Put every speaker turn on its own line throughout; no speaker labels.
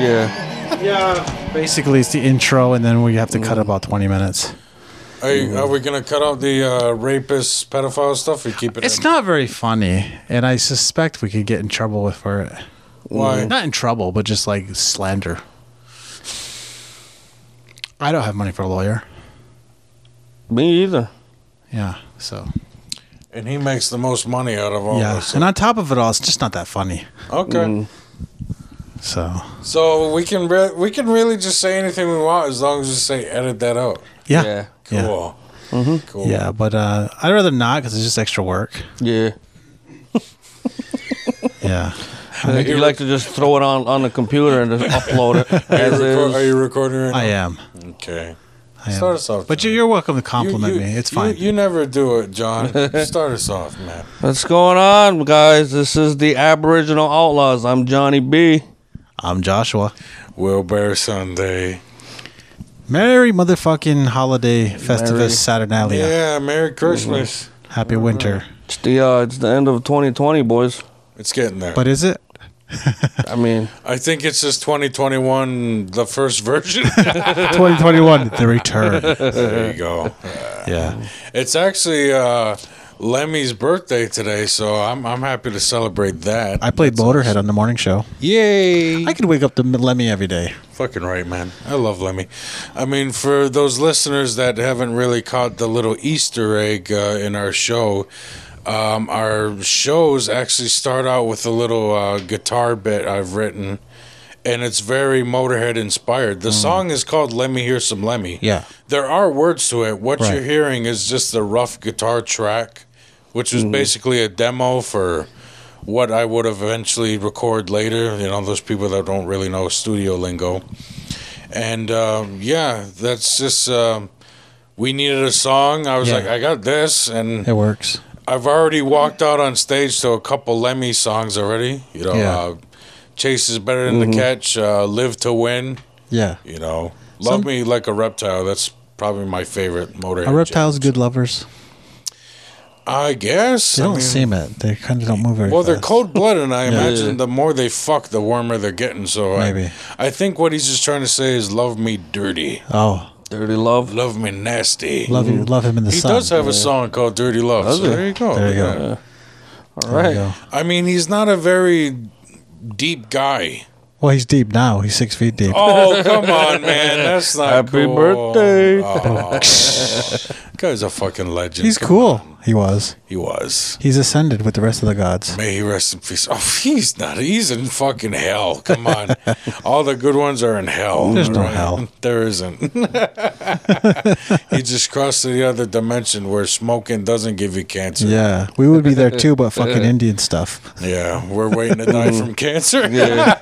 Yeah.
Yeah. Basically, it's the intro, and then we have to cut about 20 minutes.
Are, you,
Mm-hmm.
are we gonna cut out the uh, rapist, pedophile stuff? Or keep it?
It's
in?
not very funny, and I suspect we could get in trouble with for it.
Why?
Not in trouble, but just like slander. I don't have money for a lawyer.
Me either.
Yeah, so
And he makes the most money out of all
yeah, Mm-hmm.
this.
and on top of it all, it's just not that funny.
Okay.
So
So we can re- we can really just say anything we want as long as we say edit that out.
yeah,
Yeah.
yeah,
Cool.
yeah. Mm-hmm.
Cool.
but uh, I'd rather not because it's just extra work.
Yeah.
Yeah,
You like to just throw it on on the computer and just upload it
Are you,
as
reco- are
is.
you recording right
I am.
now? Okay.
I am.
Start us off.
But
John.
you- you're welcome to
You-
compliment
you-
me. It's
you-
fine.
You, never do it, John. Start us off, man.
What's going on, guys? This is the Aboriginal Outlaws. I'm Johnny B.
I'm Joshua.
Wilbur Sunday.
Merry motherfucking holiday, Festivus
Merry-
Saturnalia.
Yeah, Merry
Mm-hmm.
Christmas.
Happy winter.
It's the uh, it's the end of 2020, boys.
It's getting there.
But is it?
I mean,
I think it's just 2021, the first version.
2021, the return.
there you go.
Yeah.
It's actually uh, Lemmy's birthday today, so I'm I'm happy to celebrate that.
I played Motorhead on the morning show.
Yay!
I could wake up to Lemmy every day.
Fucking right, man. I love Lemmy. I mean, for those listeners that haven't really caught the little Easter egg uh, in our show, um, our shows actually start out with a little uh, guitar bit I've written, and it's very Motorhead inspired. The song is called "Let Me Hear Some Lemmy."
Mm. Yeah.
there are words to it. What
Right.
you're hearing is just the rough guitar track, which
Mm-hmm.
was basically a demo for what I would eventually record later. You know, those people that don't really know studio lingo. And um, yeah, that's just. Um, we needed a song. I was
Yeah.
like, I got this, and
It works.
I've already walked out on stage to a couple Lemmy songs already. You know,
Yeah. Mm-hmm.
uh, Chase is better than the catch. Uh, Live to win.
Yeah.
You know, love
Some-
me like a reptile. That's probably my favorite motor.
Are reptiles good lovers?
I guess.
They
I
don't
mean,
seem it. They kind of don't move very
well, they're
fast.
cold blooded, and I
Yeah.
imagine the more they fuck, the warmer they're getting. So I-
Maybe.
I, think what he's just trying to say is love me dirty,
Oh,
dirty love.
love me nasty.
love you, love him in the
he
sun.
does have a song called "Dirty Love." so
he?
there you go.
There you
Look
go.
at
All
There you
right.
go.
that. I mean, he's not a very deep guy.
Well, he's deep now. He's six feet deep.
Oh come on, man! That's not
Happy
cool.
birthday.
Aw. Guy's a fucking legend.
he's
Come
cool.
on.
He was.
He was.
He's ascended with the rest of the gods.
May he rest in peace. Oh, he's not. He's in fucking hell. Come on. All the good ones are in hell.
There's no hell.
There isn't. he just crossed to the other dimension where smoking doesn't give you cancer. Yeah,
Yeah, we would be there too, but fucking Indian stuff.
we're waiting to die from cancer.
Yeah.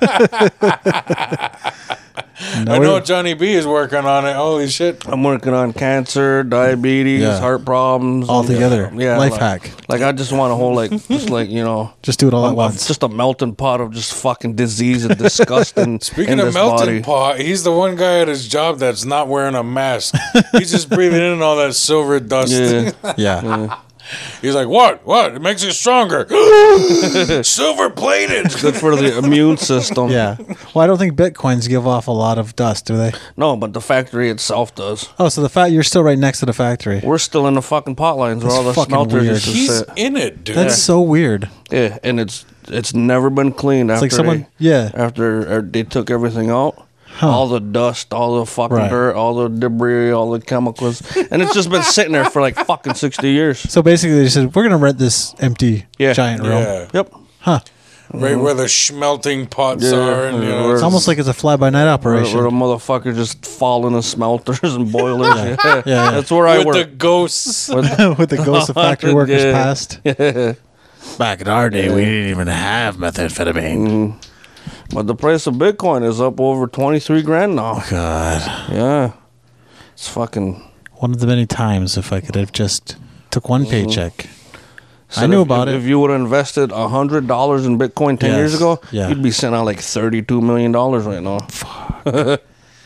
No,
I
we-
know Johnny B is working on it. Holy shit.
I'm working on cancer, diabetes,
Yeah.
heart problems.
all together.
Yeah.
Life
like,
hack.
Like I just want a whole like just like you know.
Just do it all at
I'm- I'm
once.
just a melting pot of just fucking disease and disgust and
Speaking
in
of
this body.
melting pot, he's the one guy at his job that's not wearing a mask. he's just breathing in all that silver dust.
Yeah.
yeah.
He's like, what? What? It makes you stronger. silver plated.
Good for the immune system.
Yeah. Well, I don't think bitcoins give off a lot of dust, do they?
No, but the factory itself does.
Oh, so the fact you're still right next to the factory.
We're still in the fucking pot lines where
That's
all the
fucking
smelters
weird.
used to
He's
sit.
in it, dude.
That's so weird.
Yeah, and it's it's never been cleaned
It's
after
like someone,
they,
yeah,
after uh, they took everything out. All the dust, all the fucking
Right.
dirt, all the debris, all the chemicals, and it's just been sitting there for like fucking sixty years.
So basically, they said we're gonna rent this empty
Yeah.
giant room.
yeah.
Yep.
Huh?
Right where the smelting pots
Yeah,
are. And, you
yeah,
know,
where-
It's almost like it's a fly-by-night
Where,
operation.
where the motherfuckers just fall into smelters and boilers. yeah.
yeah.
That's where I
with the
work.
ghosts.
With the ghosts of factory workers
Yeah.
past.
Back in our day, we didn't even have methamphetamine.
but the price of Bitcoin is up over twenty three grand now.
God.
Yeah. It's fucking.
One of the many times, if I could have just took one
Mm-hmm.
paycheck, I
So
knew
if-
about
if,
it.
If you would have invested hundred dollars in Bitcoin ten years
Yes.
ago,
Yeah.
you'd be sitting on like thirty-two million dollars right now.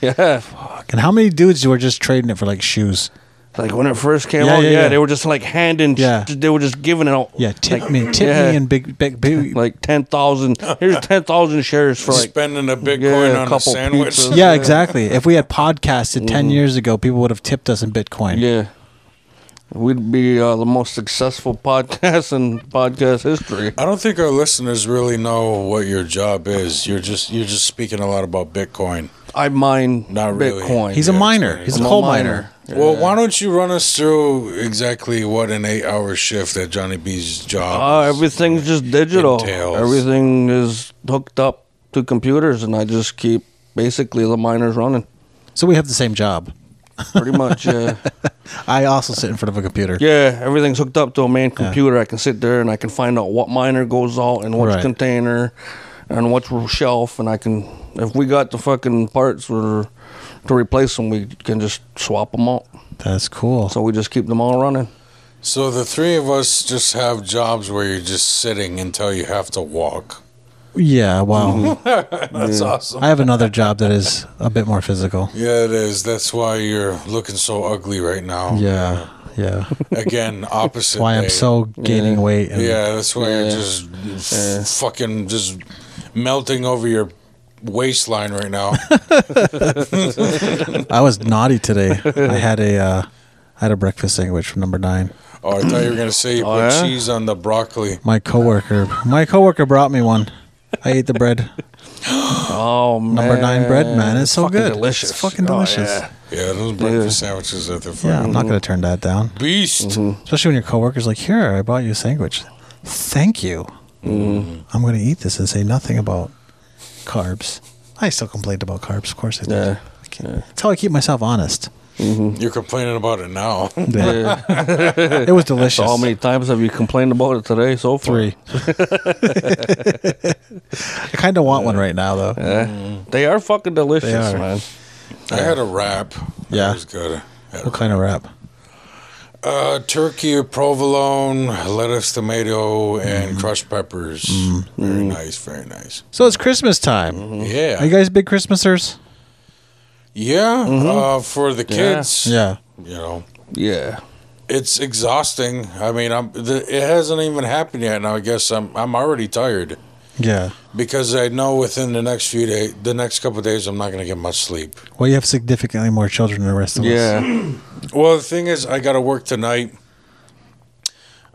yeah,
and how many dudes were just trading it for like shoes?
Like when it first came
Yeah,
out, yeah,
yeah, yeah.
they were just like handing,
Yeah.
they were just giving it out.
Yeah, tip
like,
me, tip
yeah.
me, and big, big, big.
like ten thousand. Here's ten thousand shares for like
Spending a Bitcoin
yeah, a
on a
couple
sandwich.
pizzas.
yeah, exactly. If we had podcasted
Mm-hmm.
ten years ago, people would have tipped us in Bitcoin.
yeah. We'd be uh, the most successful podcast in podcast history.
I don't think our listeners really know what your job is. You're just you're just speaking a lot about Bitcoin.
I mine
Not really.
Bitcoin.
He's a
Yeah,
miner.
explain.
He's a
I'm a
coal
miner.
miner.
Well, why don't you run us through exactly what an eight-hour shift at Johnny B's
Uh,
job? is?
everything's just digital.
Entails.
Everything is hooked up to computers, and I just keep basically the miners running.
So we have the same job.
Pretty much, yeah.
I also sit in front of a computer.
Yeah, everything's hooked up to a main computer. I can sit there and I can find out what miner goes out and what's
Right.
container and what's shelf. And I can, if we got the fucking parts or to replace them, we can just swap them out.
That's cool.
So we just keep them all running.
so the three of us just have jobs where you're just sitting until you have to walk.
yeah. Wow.
That's awesome.
I have another job that is a bit more physical.
Yeah, it is. That's why you're looking so ugly right now.
Yeah. Yeah.
Again, opposite.
Why I'm
day.
so gaining weight. And
Yeah, that's why you're
Yeah.
just f- fucking just melting over your waistline right now.
I was naughty today. I had a, uh, I had a breakfast sandwich from number nine.
oh, I thought you were gonna say you
Oh,
put
yeah?
cheese on the broccoli.
My coworker, my coworker brought me one. I ate the bread.
Oh, man.
Number nine bread, man. It's so
fucking
good.
delicious.
It's fucking
Oh,
delicious.
yeah. Mm-hmm.
Yeah, those breakfast sandwiches are the fucking
Yeah, Mm-hmm. I'm not gonna turn that down.
beast.
Especially when your coworker's like, "Here, I bought you a sandwich. Thank you.
Mm.
I'm gonna eat this and say nothing about carbs. I still complained about carbs, of course I did.
Yeah.
I can't- That's how I keep myself honest. Mm-hmm.
You're complaining about it now.
Yeah.
it was delicious.
How many times have you complained about it today so far?
Three. I kind of want one right now, though.
eh? They are fucking delicious,
Mm. They are.
man.
I had a wrap. That
Yeah.
was good. Had a-
What kind of wrap?
Uh, turkey, provolone, lettuce, tomato,
Mm-hmm.
and crushed peppers. Very nice. Very nice.
So it's Christmas time.
Mm-hmm.
Yeah.
Are you guys big Christmasers?
yeah. Uh, for the
Yeah.
kids.
Yeah.
You know.
Yeah.
it's exhausting. I mean, I'm the, it hasn't even happened yet, and I guess I'm I'm already tired
Yeah.
because I know within the next few days, the next couple of days, I'm not going to get much sleep.
Well, you have significantly more children than the rest of us.
Yeah.
Well, the thing is, I got to work tonight.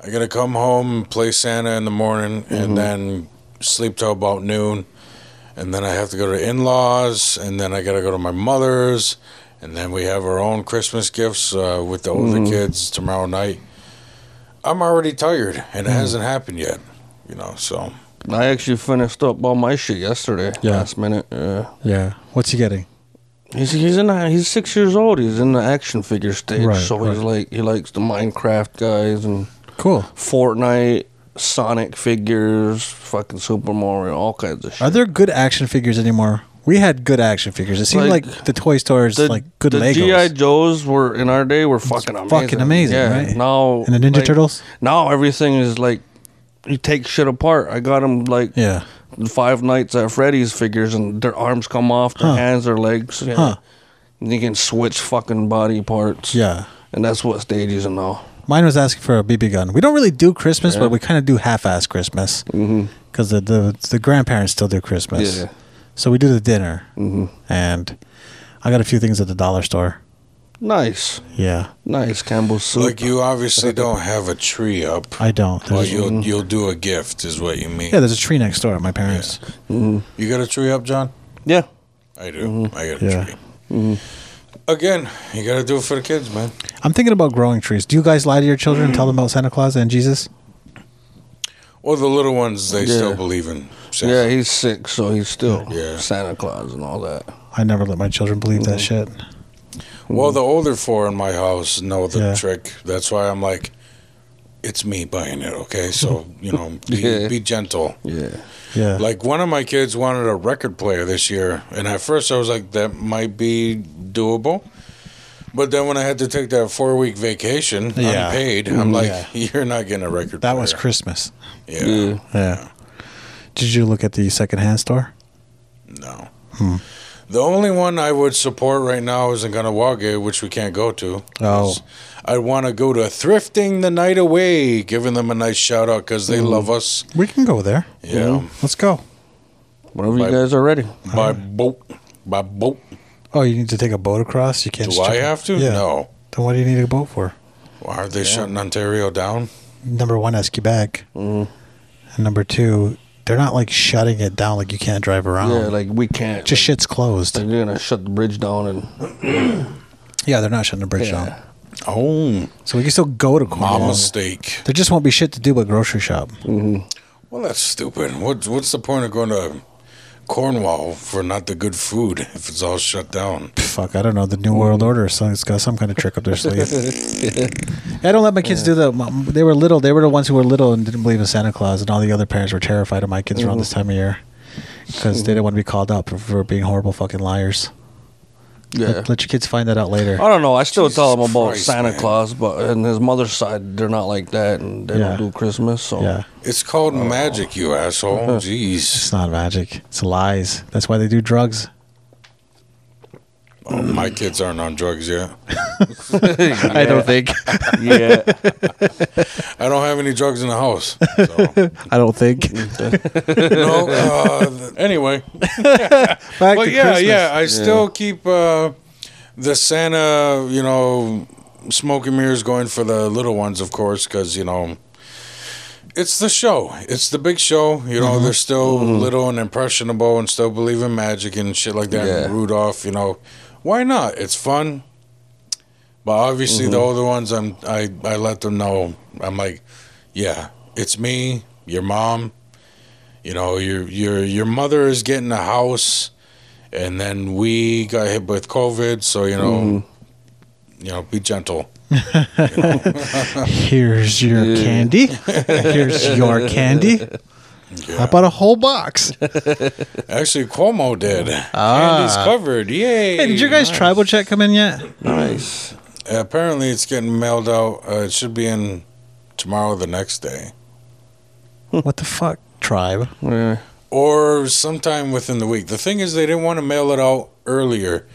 I got to come home, play Santa in the morning,
Mm-hmm.
and then sleep till about noon, and then I have to go to in-laws, and then I got to go to my mother's, and then we have our own Christmas gifts uh, with the older
Mm-hmm.
kids tomorrow night. I'm already tired, and
Mm.
it hasn't happened yet, you know. So
I actually finished up all my shit yesterday.
Yeah.
Last minute. Yeah.
Yeah. What's he getting?
He's he's in the, he's six years old. He's in the action figure stage,
Right,
so he's
right.
like he likes the Minecraft guys and
Cool.
Fortnite, Sonic figures, fucking Super Mario, all kinds of shit.
Are there good action figures anymore? We had good action figures. It seemed
Like,
like, the toy stores
the,
like good
the
Legos.
GI Joes were in our day were fucking amazing.
fucking amazing,
yeah.
right?
Now
And the Ninja
like,
Turtles?
Now everything is like you take shit apart. I got him like
yeah.
Five Nights at Freddy's figures, and their arms come off, their
Huh.
hands, their legs. Yeah.
Huh.
And you can switch fucking body parts.
Yeah.
And that's what stage he's in now.
Mine was asking for a BB gun. We don't really do Christmas, but we kind of do half-ass Christmas because the, the the grandparents still do Christmas.
Mm-hmm. Yeah. Mm-hmm.
So we do the dinner, and I got a few things at the dollar store.
Nice.
Yeah,
Nice Campbell's soup.
like, you obviously don't have a tree up.
I don't.
Well,
There's-
you'll you'll do a gift, is what you mean.
yeah, there's a tree next door at my parents.
You got a tree up, John?
yeah.
I do. I got a
Mm-hmm. Yeah. Mm-hmm.
tree. Again, you got to do it for the kids, man.
I'm thinking about growing trees. Do you guys lie to your children and tell them about Santa Claus and Jesus?
Well, the little ones they
Yeah.
still believe in. Santa.
Yeah, he's sick, so he's still
Yeah.
Santa Claus and all that.
I never let my children believe that
Mm-hmm.
shit.
Well, the older four in my house know the
Yeah.
trick. That's why I'm like, it's me buying it. Okay, so you know, be,
Yeah.
be gentle.
Yeah.
Yeah.
Like one of my kids wanted a record player this year, and at first I was like, that might be doable. But then when I had to take that four week vacation
Yeah. Mm-hmm.
unpaid, I'm like,
Yeah.
you're not getting a record.
that
player.
was Christmas.
Yeah.
Yeah.
Yeah. Did you look at the secondhand store?
No. The only one I would support right now is in Ganawage, which we can't go to.
Oh.
I want to go to Thrifting the Night Away, giving them a nice shout out because they love us.
We can go there.
Yeah.
Let's go.
Whenever
Bye.
you guys are ready.
By boat. By boat.
Oh, you need to take a boat across. You can't.
Do
just
I
jump-
have to?
Yeah.
No.
Then what do you need a boat for?
Aren't they shutting Ontario down?
Number one, that's Quebec. And number two, they're not like shutting it down. Like you can't drive
Um,
around.
Yeah, like we can't.
just shit's closed.
They're gonna shut the bridge down and
Yeah, they're not shutting the bridge
Yeah.
down.
Oh,
So we can still go to
my
Cornwall.
mistake.
There just won't be shit to do but grocery shop.
Well, that's stupid. What, what's the point of going to Cornwall for not the good food if it's all shut down?
Fuck, I don't know. The New World Order. So it's got some kind of trick up their sleeve. I don't let my kids do the. m- They were little. They were the ones who were little and didn't believe in Santa Claus, and all the other parents were terrified of my kids around this time of year because they didn't want to be called up for, for being horrible fucking liars.
yeah. Oh.
Let, let your kids find that out later.
I don't know. I still tell them about
Christ,
Santa
man.
Claus, but and his mother's side, they're not like that, and they
Yeah.
don't do Christmas. So
Yeah,
It's called
Oh.
magic, you asshole. Jeez.
it's not magic. It's lies. That's why they do drugs.
Oh,
Mm.
my kids aren't on drugs yet.
I don't think.
yeah,
I don't have any drugs in the house. So.
I don't think.
no. Uh, th- anyway,
Back
but
to
yeah,
Christmas.
yeah, I still keep uh, the Santa, you know, smoke and mirrors going for the little ones, of course, because you know. It's the show. It's the big show. You know, they're still little and impressionable and still believe in magic and shit like that.
Yeah.
And Rudolph, you know, why not? It's fun. But obviously, the older ones, I'm I I let them know. I'm like, yeah, it's me, your mom. You know, your your your mother is getting a house, and then we got hit with COVID. So you
Oh.
know,
Mm. Mm-hmm.
you know, be gentle.
Here's your candy. Here's your candy. I bought a whole box.
Actually, Cuomo did. And he's covered. Yay!
Ah. Hey, did your guys' tribal check come in yet?
nice.
Apparently, it's getting mailed out. Uh, it should be in tomorrow, or the next day,
what the fuck? Tribe.
Yeah.
or sometime within the week. The thing is, they didn't want to mail it out earlier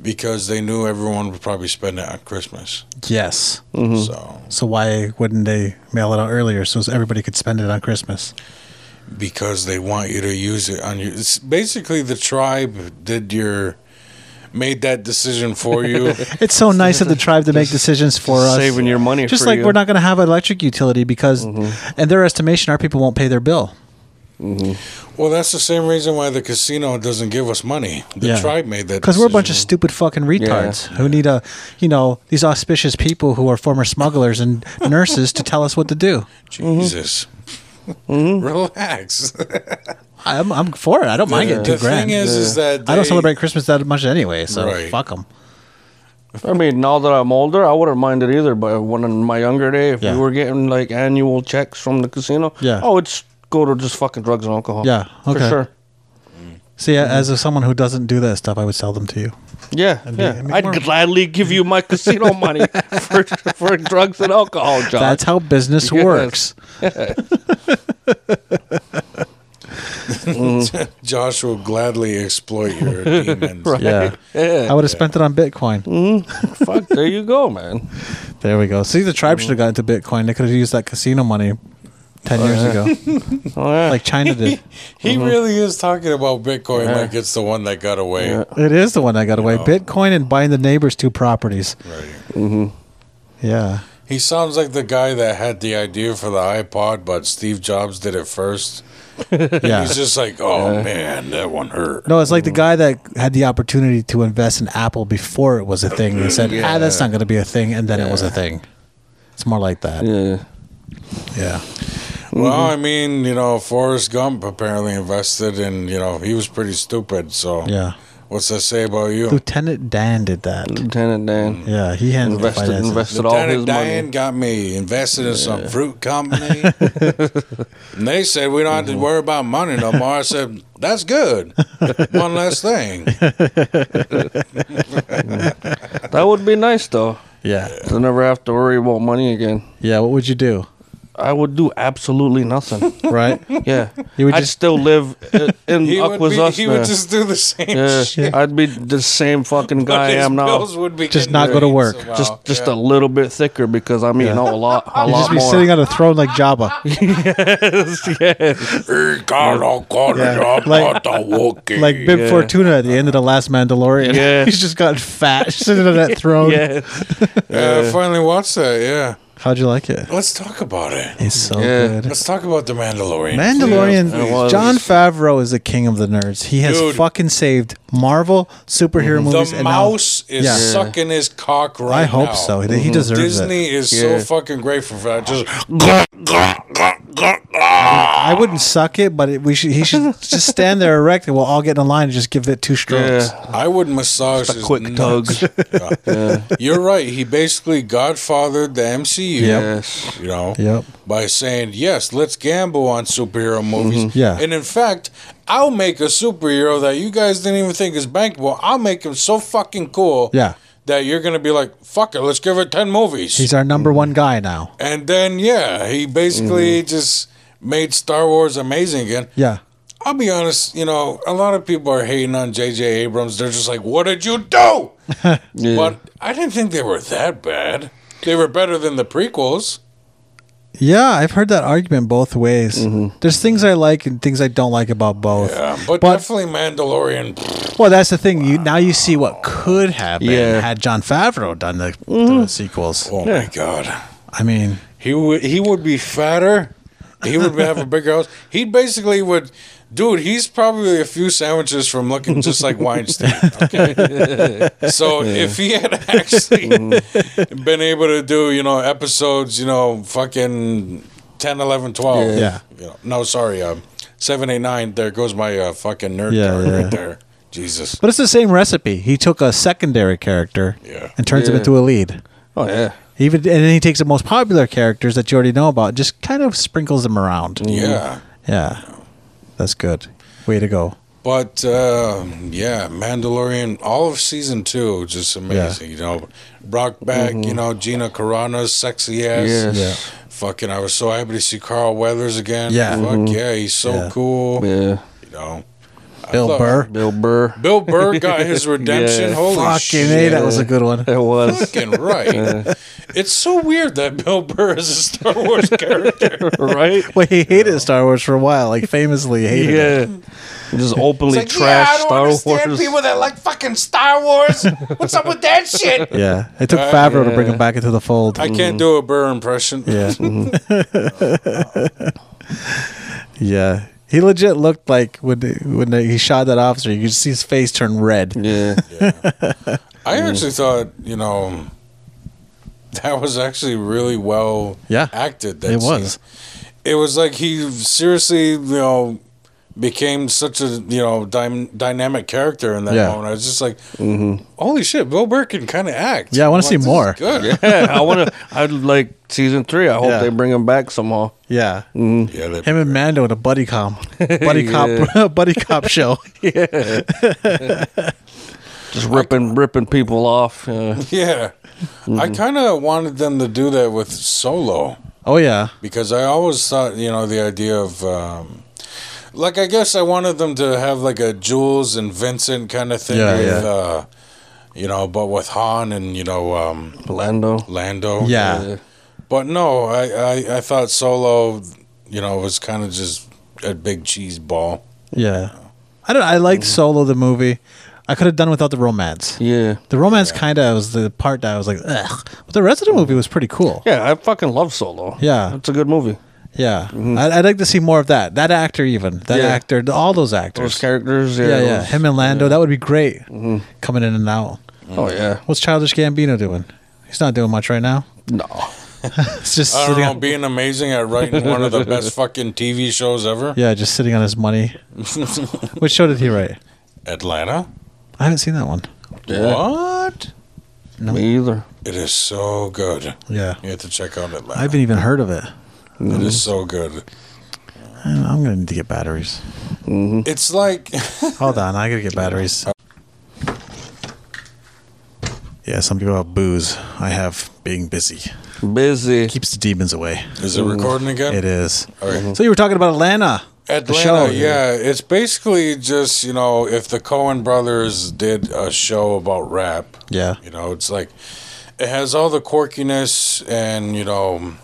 because they knew everyone would probably spend it on Christmas.
Yes.
So,
So why wouldn't they mail it out earlier so everybody could spend it on Christmas?
because they want you to use it on your. It's basically, the tribe did your made that decision for you.
It's so nice of the tribe to make decisions for us.
Saving your money.
Just
for
like
you. Mm-hmm.
we're not going to have an electric utility because, in their estimation, our people won't pay their bill.
well, that's the same reason why the casino doesn't give us money. The
Yeah.
tribe made that
Because we're a bunch of
decision.
stupid fucking retards who need a, you know, these auspicious people who are former smugglers and nurses to tell us what to do. Mm-hmm.
Jesus. Relax.
I'm, I'm for it. I don't mind
the
getting two grand.
thing is, is that
I don't
they-
celebrate Christmas that much anyway, so
Right.
fuck them.
I mean, now that I'm older, I wouldn't mind it either. But when in my younger day, if
Yeah.
we were getting like annual checks from the casino,
Yeah.
oh, it's go to just fucking drugs and alcohol.
Yeah, okay.
for sure. Mm-hmm.
See, as of someone who doesn't do that stuff, I would sell them to you.
Yeah,
be-
yeah.
and make
I'd
more-
gladly give you my casino money for, for drugs and alcohol, John.
That's how business
Yes.
works.
Josh will gladly exploit your demons.
Yeah. I would have spent it on Bitcoin.
Fuck, there you go, man.
There we go. See, the
Mm.
tribe should have gotten to Bitcoin. They could have used that casino money 10 years ago,
Oh, yeah.
like China did.
He
Mm-hmm.
really is talking about Bitcoin like it's the one that got away.
It is the one that got away. Bitcoin and buying the neighbors two properties.
Right.
Yeah.
He sounds like the guy that had the idea for the iPod, but Steve Jobs did it first.
Yeah.
He's just like, oh man, that one hurt.
No, it's like
Mm.
the guy that had the opportunity to invest in Apple before it was a thing. They said, ah, that's not going to be a thing. And then it was a thing. It's more like that.
yeah.
Yeah.
Well, I mean, you know, Forrest Gump apparently invested in, you know, he was pretty stupid. So,
Yeah.
what's that say about you?
Lieutenant Dan did that.
Lieutenant Dan
Yeah, he handled the
Mm. invested
finances.
invested all his
Lieutenant
money.
Diane got me invested in some fruit company. and they said we don't have to
Mm-hmm.
worry about money no more. I said, That's good. One less thing.
That would be nice, though.
Yeah.
To never have to worry about money again.
Yeah, what would you do?
I would do absolutely nothing.
right?
Yeah,
You would
I'd
just-
still live i- in
He would, be,
Aquazusta.
he would just do the same
yeah,
shit.
I'd be the same fucking guy I
His
am now.
bills would be
Just not
getting
go to
raised
work.
somehow.
Just just
Yeah.
a little bit thicker because I'm eating a lot, a
You'd
lot
just be
more.
sitting on a throne like Jabba,
yes.
Hey, God, oh, God,
Yeah.
I'm
Like-
not a walkie.
like Bib
Yeah.
Fortuna at the end of the last Mandalorian.
Yeah.
he's just gotten fat, sitting on that throne.
yes.
yeah, I finally watched that. Yeah,
How'd you like it?
let's talk about it.
It's so
Yeah.
good.
Let's talk about the Mandalorian.
Mandalorian.
Yeah, it was.
John Favreau is the king of the nerds. He has
Dude.
fucking saved Marvel superhero movies.
The
and now-
mouse is
Yeah.
sucking his cock right now.
I hope so. He- He deserves it.
Disney is
Yeah.
so fucking grateful for that. Just
I wouldn't suck it, but it, we should. He should just stand there erect, and we'll all get in line and just give it two strokes.
Yeah.
I would massage
Just a
his
quick
nuts. Yeah. You're right. He basically godfathered the MCU.
Yes.
You know,
Yep. Mm-hmm.
by saying yes, let's gamble on superhero movies.
Yeah.
and in fact, I'll make a superhero that you guys didn't even think is bankable. I'll make him so fucking cool.
Yeah.
that you're gonna be like, fuck it, let's give it ten movies.
He's our number one guy now.
and then yeah, he basically just made Star Wars amazing again.
Mm-hmm. Yeah.
I'll be honest, you know, a lot of people are hating on J.J. Abrams. They're just like, what did you do?
Yeah.
But I didn't think they were that bad. They were better than the prequels.
Yeah, I've heard that argument both ways. There's things I like and things I don't like about both.
Mm-hmm. Yeah, Um, but,
But-
definitely Mandalorian.
Well, that's the thing. You now you see what could have been
Yeah.
had John Favreau done the, the sequels.
Oh my god,
I mean,
he would he would be fatter. He would have a bigger house. He basically would, dude. He's probably a few sandwiches from looking just like Weinstein. Okay, so if he had actually
Mm-hmm.
been able to do, you know, episodes, you know, fucking 10, 11, 12.
Yeah.
You know, no, sorry, um, seven, eight, nine. There goes my uh, fucking nerd
Yeah,
card
yeah.
right there. Jesus.
but it's the same recipe. He took a secondary character
Yeah.
and turns him
Yeah.
into a lead.
Oh yeah.
Even and then he takes the most popular characters that you already know about, just kind of sprinkles them around.
Yeah.
Yeah. That's good. Way to go.
But uh, yeah, Mandalorian, all of season two, just amazing. You know, Brock back.
Mm-hmm.
You know, Gina Carano's sexy ass.
Yes.
Yeah.
Fucking, I was so happy to see Carl Weathers again.
Yeah.
Fuck yeah, he's so
Yeah.
cool.
Mm-hmm. Yeah.
You know, I
Bill
thought-
Burr.
Bill Burr.
Bill Burr got his redemption.
Yeah.
Holy
Fucking
shit.
A, that was a good one.
It was
Fucking right. It's so weird that Bill Burr is a Star Wars character.
right.
Well, he hated Star Wars for a while, like famously hated it.
Yeah. Just
It's
openly
like, yeah, I
trash
don't
Star
understand
Wars.
people that like fucking Star Wars. What's up with that shit?
Yeah, it took
Uh,
Favreau to bring
yeah.
him back into the fold.
I
Mm-hmm.
can't do a Burr impression.
yeah, Mm-hmm. yeah. He legit looked like when when he shot that officer, you could see his face turn red.
Yeah.
I actually thought, you know, that was actually really well
Yeah,
acted. That
it
scene.
was.
It was like he seriously, you know, became such a you know dy- dynamic character in that
Yeah. Mm-hmm.
moment. I was just like, holy shit, Bill Burr can kind of act.
Yeah, I wanna
I'm
see
like, this
more.
is Good.
yeah. I want to. I'd like season three. I hope
Yeah.
they bring him back somehow.
Yeah,
Mm.
Yeah, that-
him and Mando in a buddy cop, buddy cop, buddy cop show.
Just ripping, ripping people off. Yeah.
yeah.
Mm-hmm.
I kind of wanted them to do that with Solo.
Oh yeah,
because I always thought, you know, the idea of, um, like, I guess I wanted them to have like a Jules and Vincent kind of thing
Yeah,
with,
yeah.
Uh, you know, but with Han and you know um,
Lando.
Lando.
yeah.
Yeah.
but no, I, I I thought Solo, you know, was kind of just a big cheese ball.
Yeah, I don't. I
Mm.
liked Solo the movie. I could have done without the romance.
Yeah. Mm.
The romance kind of was the part that I was like, ugh. But the rest of the movie was pretty cool.
Yeah. I fucking love Solo.
Yeah.
It's a good movie.
Yeah, I, I'd like to see more of that. That actor, even that
Mm-hmm. Yeah.
actor, th- all those actors.
Those characters. Yeah.
yeah,
it
yeah, Mm-hmm.
was-
him and Lando. That would be great. Coming in and out.
Oh yeah.
What's Childish Gambino doing? He's not doing much right now.
No.
It's just
I don't
sitting.
know,
on,
being amazing at writing one of the best fucking TV shows ever.
yeah, just sitting on his money. Which show did he write?
Atlanta.
I haven't seen that one.
Yeah.
What?
Me either.
It is so good.
Yeah,
You have to check out Atlanta.
I haven't even heard of it.
It is so good.
I don't know, I'm gonna need to get batteries.
It's like
Hold on, I gotta get batteries. Yeah, some people have booze. I have being busy.
Busy.
Keeps the demons away.
Is it recording again?
It is.
All right.
So you were talking about Atlanta. The
Atlanta,
show.
yeah. It's basically just, you know, if the Cohen brothers did a show about rap,
Yeah.
you know, it's like it has all the quirkiness and, you know,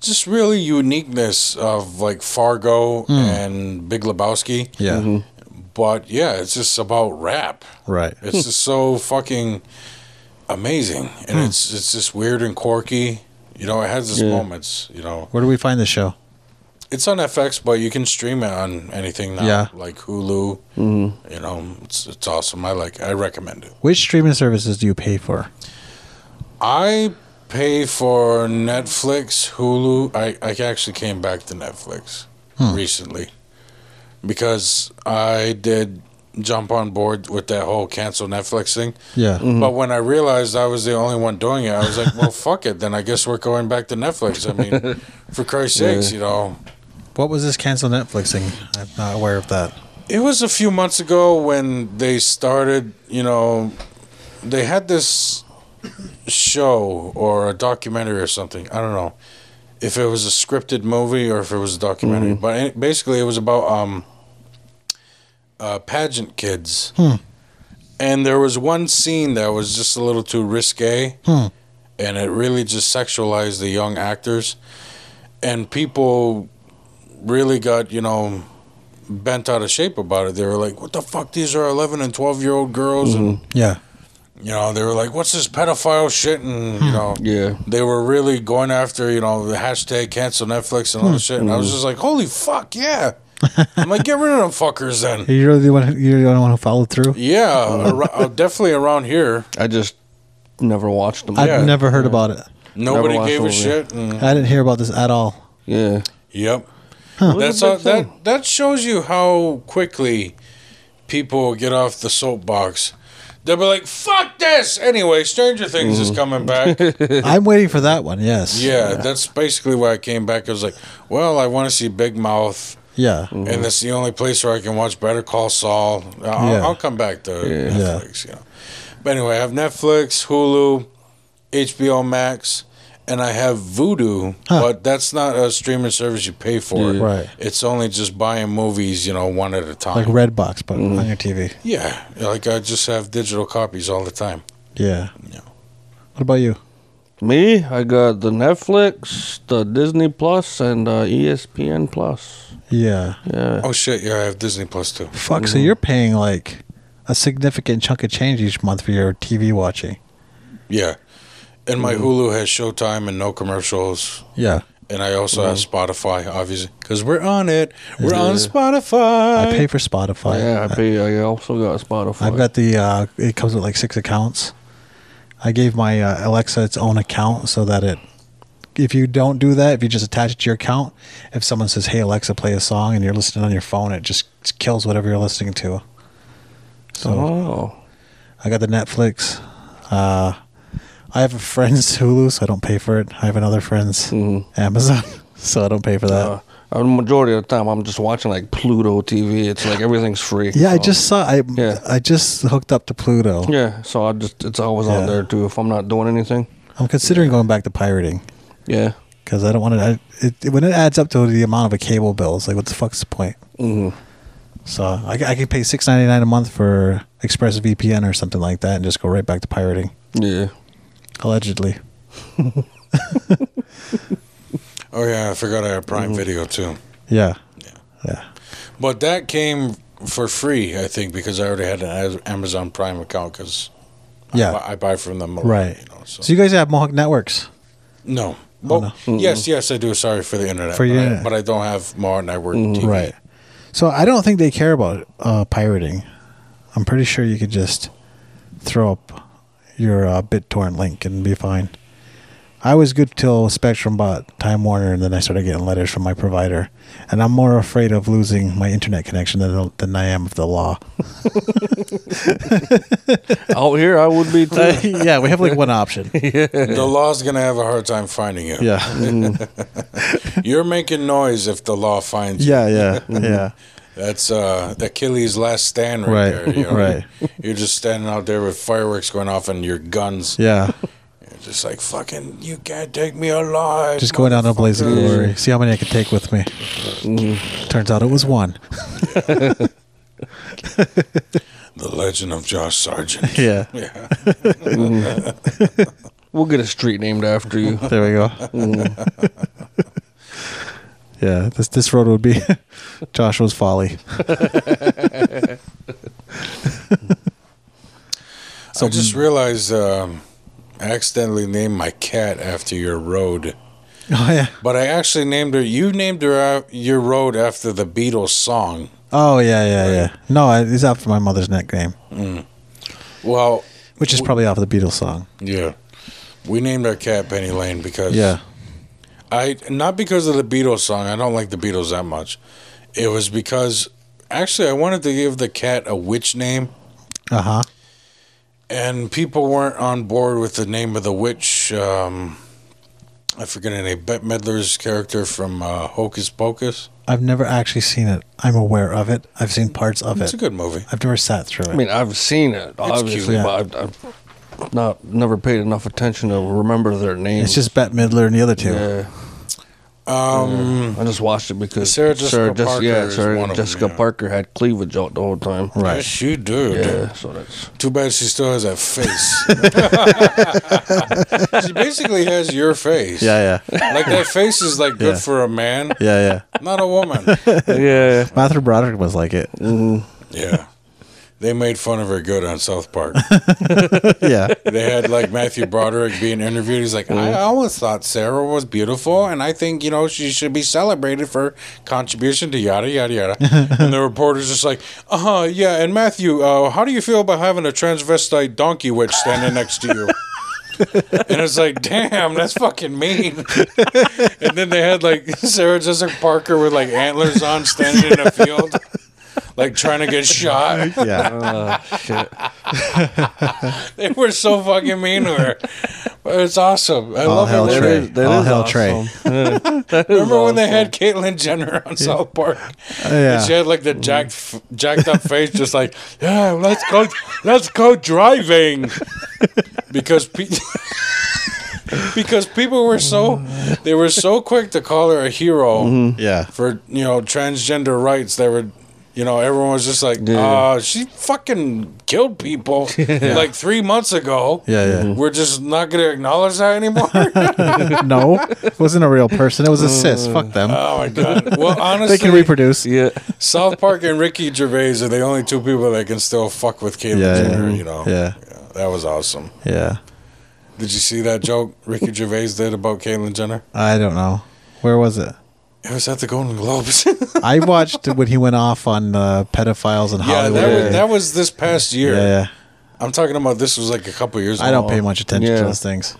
just really uniqueness of like Fargo
Hmm.
and Big Lebowski.
Yeah.
But yeah, it's just about rap.
Mm-hmm. Right.
It's just so fucking amazing. And
Hmm.
it's it's just weird and quirky. You know, it has its moments, you know.
Where do we find the show?
It's on FX, but you can stream it on anything now,
Yeah.
like Hulu. You know, it's, it's awesome. I like. I recommend it.
Which streaming services do you pay for?
I pay for Netflix, Hulu. I I actually came back to Netflix recently because I did jump on board with that whole cancel Netflix thing.
Yeah.
But when I realized I was the only one doing it, I was like, well, fuck it. Then I guess we're going back to Netflix. I mean, for Christ's sakes, you know.
What was this cancel Netflix thing? I'm not aware of that.
It was a few months ago when they started, you know, they had this show or a documentary or something. I don't know if it was a scripted movie or if it was a documentary, but it, basically it was about um, uh, pageant kids. And there was one scene that was just a little too risque, and it really just sexualized the young actors. And people really got, you know, bent out of shape about it. They were like, "What the fuck? These are eleven and twelve year old girls,"
Yeah.
Mm-hmm.
and you know, they were like, "What's this pedophile shit?" And you know,
Hmm. Yeah.
they were really going after you know the hashtag cancel Netflix and all
Hmm.
this shit. And I
Mm-hmm.
was just like, "Holy fuck, yeah!" I'm like, "Get rid of them fuckers then."
You're the one. You're the only one who followed through.
Yeah, ar- uh, definitely around here,
I just never watched them.
I've
Yeah.
never heard about it.
nobody
watched
gave
the
a
movie.
shit. And,
I didn't hear about this at all.
yeah.
yep,
It was a
that's
big
all,
thing.
that. That shows you how quickly people get off the soapbox. They'll be like, "Fuck this!" Anyway, Stranger Things is coming back.
I'm waiting for that one. Yes.
Yeah, that's basically why I came back. I was like, well, I want to see Big Mouth,
Yeah.
and that's the only place where I can watch Better Call Saul. I'll,
Yeah.
I'll come back to
Yeah.
Netflix, you know. But anyway, I have Netflix, Hulu, HBO Max, and I have Vudu,
Huh.
but that's not a streaming service you pay for.
Yeah. Right.
It's only just buying movies, you know, one at a
Like
time.
Redbox, but on your TV.
yeah, like I just have digital copies all the time.
Yeah.
Yeah.
What about you?
Me, I got the Netflix, the Disney Plus, and uh, ESPN Plus.
Yeah.
Yeah.
Oh shit, yeah, I have Disney Plus too.
Fuck. So you're paying like a significant chunk of change each month for your TV watching.
Yeah. And
Mm-hmm.
my Hulu has Showtime and no commercials.
Yeah.
And I also have
Mm-hmm.
Spotify, obviously, because we're on it. We're on Spotify.
Oh, I pay for Spotify.
Yeah, I pay. I also got Spotify.
I've got the. Uh, it comes with like six accounts. I gave my uh, Alexa its own account so that it. If you don't do that, if you just attach it to your account, if someone says, "Hey Alexa, play a song," and you're listening on your phone, it just kills whatever you're listening to. So
Oh.
I got the Netflix. Uh, I have a friend's Hulu, so I don't pay for it. I have another friend's
Mm-hmm.
Amazon, so I don't pay for that.
Uh, the majority of the time, I'm just watching like Pluto TV. It's like everything's free.
yeah, I
so-
just saw. I
Yeah.
I just hooked up to Pluto.
Yeah, so I just it's always on
Yeah.
there too. If I'm not doing anything.
I'm considering going back to pirating.
Yeah.
because I don't want to. I, it, it- when it adds up to the amount of a cable bill, it's like, what the fuck's the point?
Mm-hmm.
So I, I could pay six ninety nine a month for ExpressVPN or something like that, and just go right back to pirating,
Yeah.
allegedly.
oh, yeah, I forgot I have
Mm-hmm.
Prime Video, too.
Yeah, yeah,
But that came for free, I think, because I already had an Az- Amazon Prime account because
yeah.
I, buy from them. a lot,
right.
You know, so.
So you guys have Mohawk Networks.
no. Well, Yes, yes, I do. Sorry for the internet.
For
but,
your
I-
internet.
but I, don't have more network TV.
Right. So I don't think they care about uh, pirating. I'm pretty sure you could just throw up your uh, BitTorrent link and be fine. I was good till Spectrum bought Time Warner, and then I started getting letters from my provider. And I'm more afraid of losing my internet connection than, than I am of the law.
Out here, I would be too.
yeah, we have like one option.
The law's going to have a hard time finding you.
Yeah,
You're making noise if the law finds you.
yeah, yeah,
Mm-hmm.
yeah.
That's uh, Achilles' last stand
Right,
right, there. You know?
right.
You're just standing out there with fireworks going off and your guns.
Yeah.
Just like fucking, you can't take me alive.
Just going down in a blaze of
motherfucker."
glory. See how many I could take with me.
Mm-hmm.
Turns out it was one.
The Legend of Josh Sargent.
yeah.
yeah.
We'll get a street named after you.
There we go. yeah, this this road would be Joshua's folly.
I just realized um, I accidentally named my cat after your road,
Oh yeah.
but I actually named her. You named her uh, your road after the Beatles song.
Oh yeah, yeah, yeah. No, I- it's after my mother's nickname,
Well,
which is probably off the Beatles song.
yeah, we named our cat Penny Lane because
Yeah.
I not because of the Beatles song. I don't like the Beatles that much. It was because actually I wanted to give the cat a witch name,
Uh huh.
and people weren't on board with the name of the witch. Um, I forget her name. Bette Midler's character from uh, Hocus Pocus.
I've never actually seen it. I'm aware of it. I've seen parts of
It's
it.
a good movie.
I've never sat through it.
I mean, I've seen it obviously,
cute.
but I've, I've not never paid enough attention to remember their names.
it's just Bette Midler and the other two.
yeah.
Mm-hmm.
Um, I just watched it because
Hmm. Sarah Jessica Parker
yeah,
is
Sarah
one of them,
Jessica
yeah.
Parker had cleavage out the whole time.
Right.
Yes, you do.
Yeah, so that's
Too bad she still has that face. she basically has your face.
Yeah, yeah,
Like that face is like good
Yeah.
for a man,
yeah, yeah.
not a woman.
yeah.
Matthew Broderick was like it.
Yeah. They made fun of her good on South Park.
yeah.
They had like Matthew Broderick being interviewed. He's like, I always thought Sarah was beautiful, and I think, you know, she should be celebrated for contribution to yada, yada, yada. and the reporter's just like, uh huh, yeah. And Matthew, uh, how do you feel about having a transvestite donkey witch standing next to you? and it's like, damn, that's fucking mean. and then they had like Sarah Jessica Parker with like antlers on standing in a field, like trying to get shot.
Yeah.
Oh, Shit.
They were so fucking mean to her. But it's awesome. I love
hell
it.
That
Trey.
is- that
All
is
hell
awesome.
Trey.
Remember when they had Caitlyn Jenner on South Park? And she
yeah.
had like the jacked, f- jacked up face, just like, yeah, let's go, let's go driving, because pe- because people were so they were so quick to call her a hero
Yeah.
for you know transgender rights. They were, you know, everyone was just like, uh, she fucking killed people like three months ago.
Yeah, yeah. Oh
We're just not going to acknowledge that anymore.
no, it wasn't a real person. It was a cis. Fuck them.
oh my god! Well,
they
honestly,
can reproduce.
Yeah,
South Park and Ricky Gervais are the only two people that can still fuck with Caitlyn
Yeah,
Jenner.
yeah.
You know,
Yeah.
that was awesome.
Yeah.
Did you see that joke Ricky Gervais did about Caitlyn Jenner?
I don't know. Where was it?
It was at the Golden Globes.
I watched when he went off on uh, pedophiles in
yeah,
Hollywood.
that was, that was this past year.
yeah, yeah.
I'm talking about this was like a couple years.
I
ago.
don't pay much attention
Yeah.
to those things.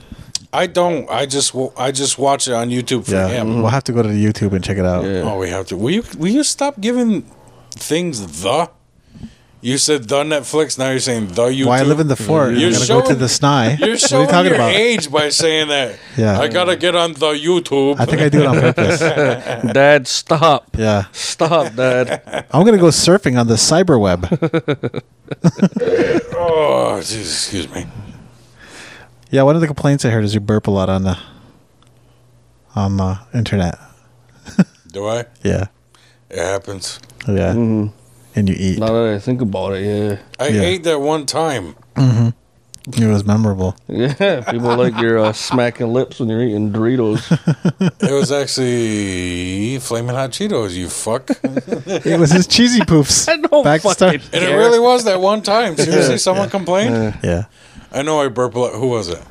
I don't. I just. wa- I just watch it on YouTube for
Yeah. Mm-hmm.
him.
We'll have to go to the YouTube and check it out.
yeah.
Oh, we have to. Will you? Will you stop giving things the? You said the Netflix. Now you're saying the YouTube.
Why I live in the fort.
You're
I gotta go to
showing-
the SNI.
You're
What are
showing
you talking
your
about?
age by saying that.
Yeah.
I gotta get on the YouTube.
I think I do it on purpose.
Dad, stop,
yeah.
stop, Dad.
I'm going to go surfing on the cyber web.
oh, Jesus, excuse me.
Yeah, one of the complaints I heard is you burp a lot on the on the internet.
Do I?
Yeah.
It happens.
Yeah.
Mm-hmm.
And you eat.
Now that I think about it,
I
Yeah.
ate that one time.
It was memorable.
yeah, yeah. People like your uh, smacking lips when you're eating Doritos.
It was actually flaming hot Cheetos. You fuck.
It was his cheesy poofs.
I don't fucking-
And it really was that one time. Seriously, someone complained.
Yeah.
I know I burped. a lot. Who was it?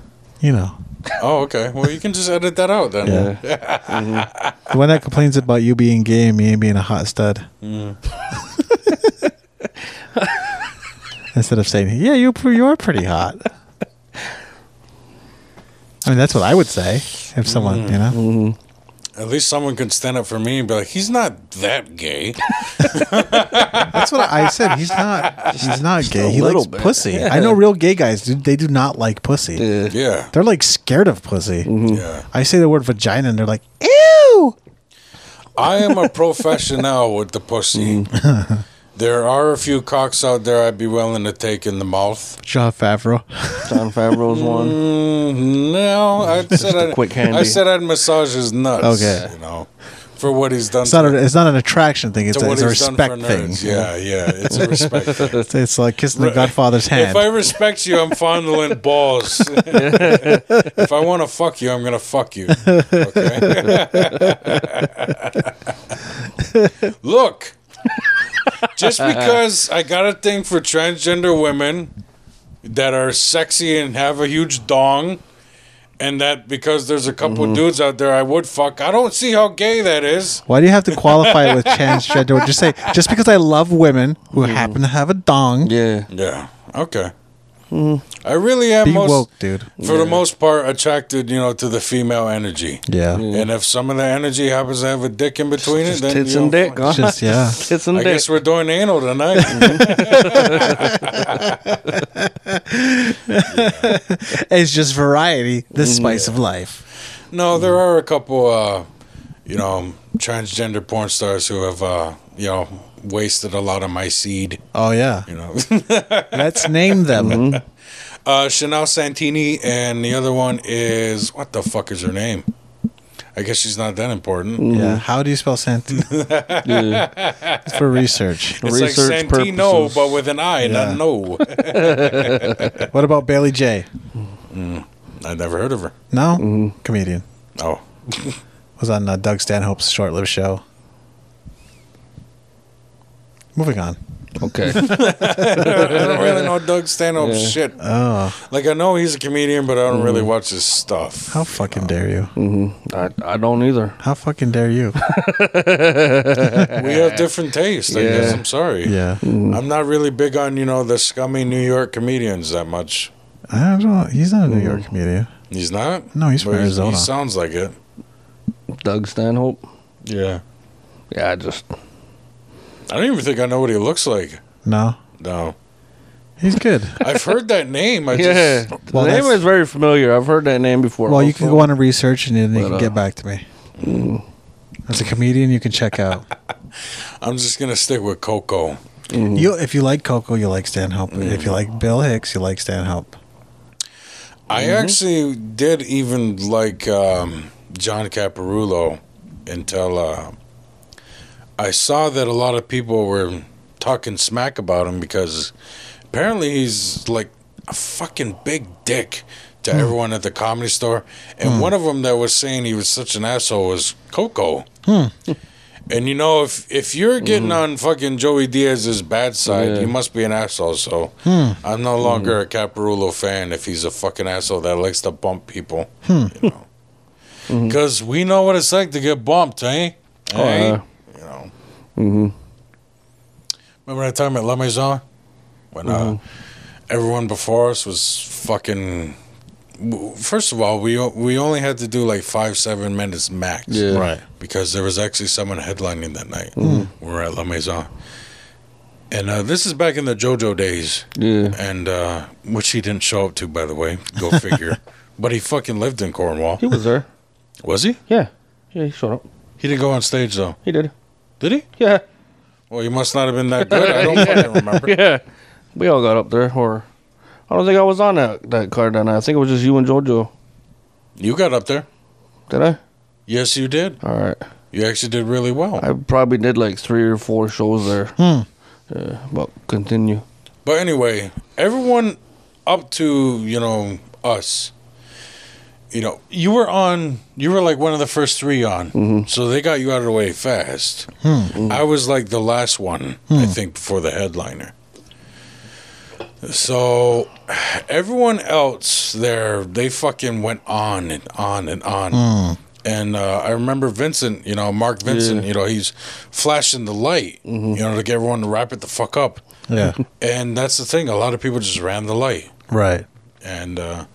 You know.
Oh, okay. Well, you can just edit that out then.
Yeah. The one that complains about you being gay and me being a hot stud.
Mm.
Instead of saying, "Yeah, you you are pretty hot." I mean, that's what I would say if someone, you
Mm.
know,
At least someone can stand up for me and be like, he's not that gay.
that's what I said. He's not. He's not gay. He
little
likes
bit.
pussy. I know real gay guys. Dude, they do not like pussy.
Yeah.
yeah.
They're like scared of pussy.
Yeah.
I say the word vagina, and they're like, "Ew." Mm.
I am a professional with the pussy. There are a few cocks out there I'd be willing to take in the mouth.
John Favreau.
John Favreau's one.
Mm, no, I said I'd,
quick handy.
I said I'd massage his nuts.
Okay.
you know, for what he's done.
It's not,
to-
a, it's not an attraction thing. It's,
to
a,
what
it's a
he's done for
respect thing.
nerds. Yeah, yeah, it's a respect thing.
It's, it's like kissing the Godfather's hand.
If I respect you, I'm fondling balls. if I want to fuck you, I'm gonna fuck you. Okay. Look, just because I got a thing for transgender women that are sexy and have a huge dong, and that because there's a couple dudes out there I would fuck, I don't see how gay that is.
Why do you have to qualify it with transgender? Just say just because I love women who happen to have a dong.
Yeah.
Yeah. Okay. I really am
Be
most
woke, dude.
for the most part attracted, you know, to the female energy.
Yeah.
And if some of the energy happens to have a dick in between it, then
Tits
you
and
know,
dick, huh?
Just yeah.
Tits and
I
dick. Mm-hmm.
guess we're doing anal tonight.
It's just variety, the spice of life.
no, there are a couple, uh, you know, transgender porn stars who have, uh, you know, wasted a lot of my seed.
Oh yeah. Mm-hmm.
You know,
Let's name them.
uh, Chanel Santini, and the other one is what the fuck is her name? I guess she's not that important.
Mm.
Yeah. How do you spell Santina? It's for research.
It's like
Research
Santino,
purposes.
but with an I, not no.
What about Bailey J?
I never heard of her.
No? Comedian.
Oh,
Was on uh, Doug Stanhope's short lived show. Moving on.
Okay.
I don't really know Doug Stanhope's
Yeah. Mm-hmm.
shit.
Oh,
Like I know he's a comedian, but I don't really watch his stuff.
how fucking dare you?
I, Mm-hmm. I don't either.
How fucking dare you?
We have different tastes. I guess I'm sorry.
Yeah.
Mm-hmm.
I'm not really big on you know the scummy New York comedians that much.
I don't know. He's not a New York comedian.
He's not.
No, he's from
But
Arizona.
He sounds like it.
Doug Stanhope.
Yeah.
Yeah, I just
I don't even think I know what he looks like.
No.
No,
He's good.
I've heard that name. I
yeah.
just
The
Well,
name
that's-
is very familiar. I've heard that name before.
Well, you can
also. Mm-hmm.
go on and research and then you
But,
can
uh,
get back to me. As a comedian, you can check out.
I'm just gonna stick with Coco.
Mm-hmm.
Mm.
You, if you like Coco, you like Stanhope. If you like Bill Hicks, you like Stanhope.
I
Mm-hmm.
actually did even like um, John Caparulo until uh, I saw that a lot of people were talking smack about him because apparently he's like a fucking big dick to everyone at the comedy store. And one of them that was saying he was such an asshole was Coco. And you know, if if you're getting on fucking Joey Diaz's bad side,
Yeah.
you must be an asshole. So I'm no longer a Caparulo fan if he's a fucking asshole that likes to bump people. Because we know what it's like to get bumped, eh?
Mm-hmm. Oh,
Eh?
yeah. Mm-hmm.
You know. Remember that time at La Maison when uh,
Mm-hmm.
everyone before us was fucking. w- First of all, we o- we only had to do like five seven minutes max
Yeah.
Right.
because there was actually someone headlining that night.
Mm-hmm.
We were at La Maison. And uh, this is back in the JoJo days,
Yeah.
and uh, which he didn't show up to, by the way. Go figure. but he fucking lived in Cornwall.
He was there.
Was he?
Yeah. Yeah, he showed up.
He didn't go on stage though.
He did.
Did he?
Yeah.
Well, you must not have been that good. I don't fucking remember.
Yeah. We all got up there or I don't think I was on that, that card that night. I think it was just you and Jojo.
You got up there.
Did I?
Yes, you did.
All right.
You actually did really well.
I probably did like three or four shows there.
Hmm.
Yeah, but continue.
But anyway, everyone up to, you know, us, you know, you were on, you were like one of the first three on. So they got you out of the way fast. I was like the last one, I think, before the headliner. So everyone else there, they fucking went on and on and on. And uh, I remember Vincent, you know, Mark Vincent, you know, he's flashing the light, you know, to get everyone to wrap it the fuck up.
Yeah.
And that's the thing. A lot of people just ran the light.
right.
And uh,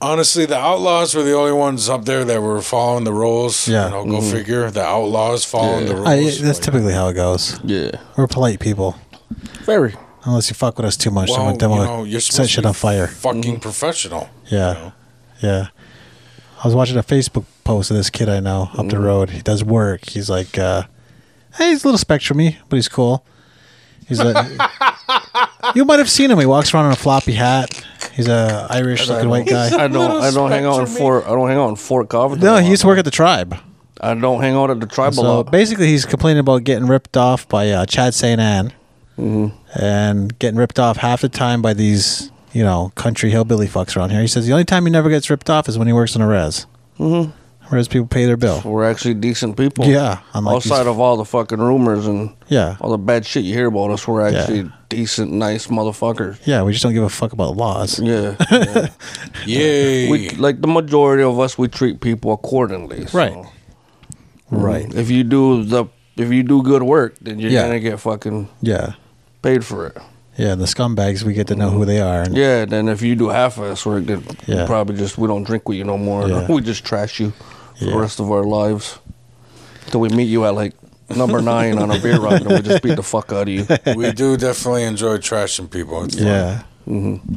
honestly, the Outlaws were the only ones up there that were following the rules.
Yeah. Mm-hmm.
You know, go figure. The Outlaws following the
I,
rules.
that's
Like,
typically how it goes.
Yeah.
We're polite people,
Very.
unless you fuck with us too much.
well,
then we'll
you know, you're
set
supposed to
shit
be
on fire. Mm-hmm.
fucking professional.
Yeah.
know.
Yeah. I was watching a Facebook post of this kid I
Mm.
know up the road. He does work. He's like, uh, hey, he's a little spectrumy, but he's cool. He's a. you might have seen him. He walks around in a floppy hat. He's a Irish-looking white guy.
I don't. I don't hang out in Fort. I don't hang out in Fort Covington.
No,
a
he
lot.
used to work at the tribe.
I don't hang out at the tribal.
So
lot.
basically, he's complaining about getting ripped off by uh, Chad St. Anne Mm-hmm. and getting ripped off half the time by these, you know, country hillbilly fucks around here. He says the only time he never gets ripped off is when he works in a res. Mm-hmm. Res people pay their bill.
We're actually decent people.
Yeah, unlike these-
Outside of all the fucking rumors and
Yeah.
all the bad shit you hear about us, we're actually decent, nice motherfuckers.
Yeah, we just don't give a fuck about laws.
Yeah.
Yay.
we like the majority of us we treat people accordingly. so,
Right. Mm-hmm. Right.
If you do the if you do good work, then you're
Yeah.
gonna get fucking
Yeah.
paid for it.
Yeah, and the scumbags, we get to know who they are. And
Yeah, then if you do half of us work, then you
Yeah.
probably just we don't drink with you no more.
Yeah.
We just trash you for
Yeah.
the rest of our lives. Till we meet you at like number nine on a beer run and we just beat the fuck out of you.
we do definitely enjoy trashing people. It's fun.
Yeah. Mm-hmm.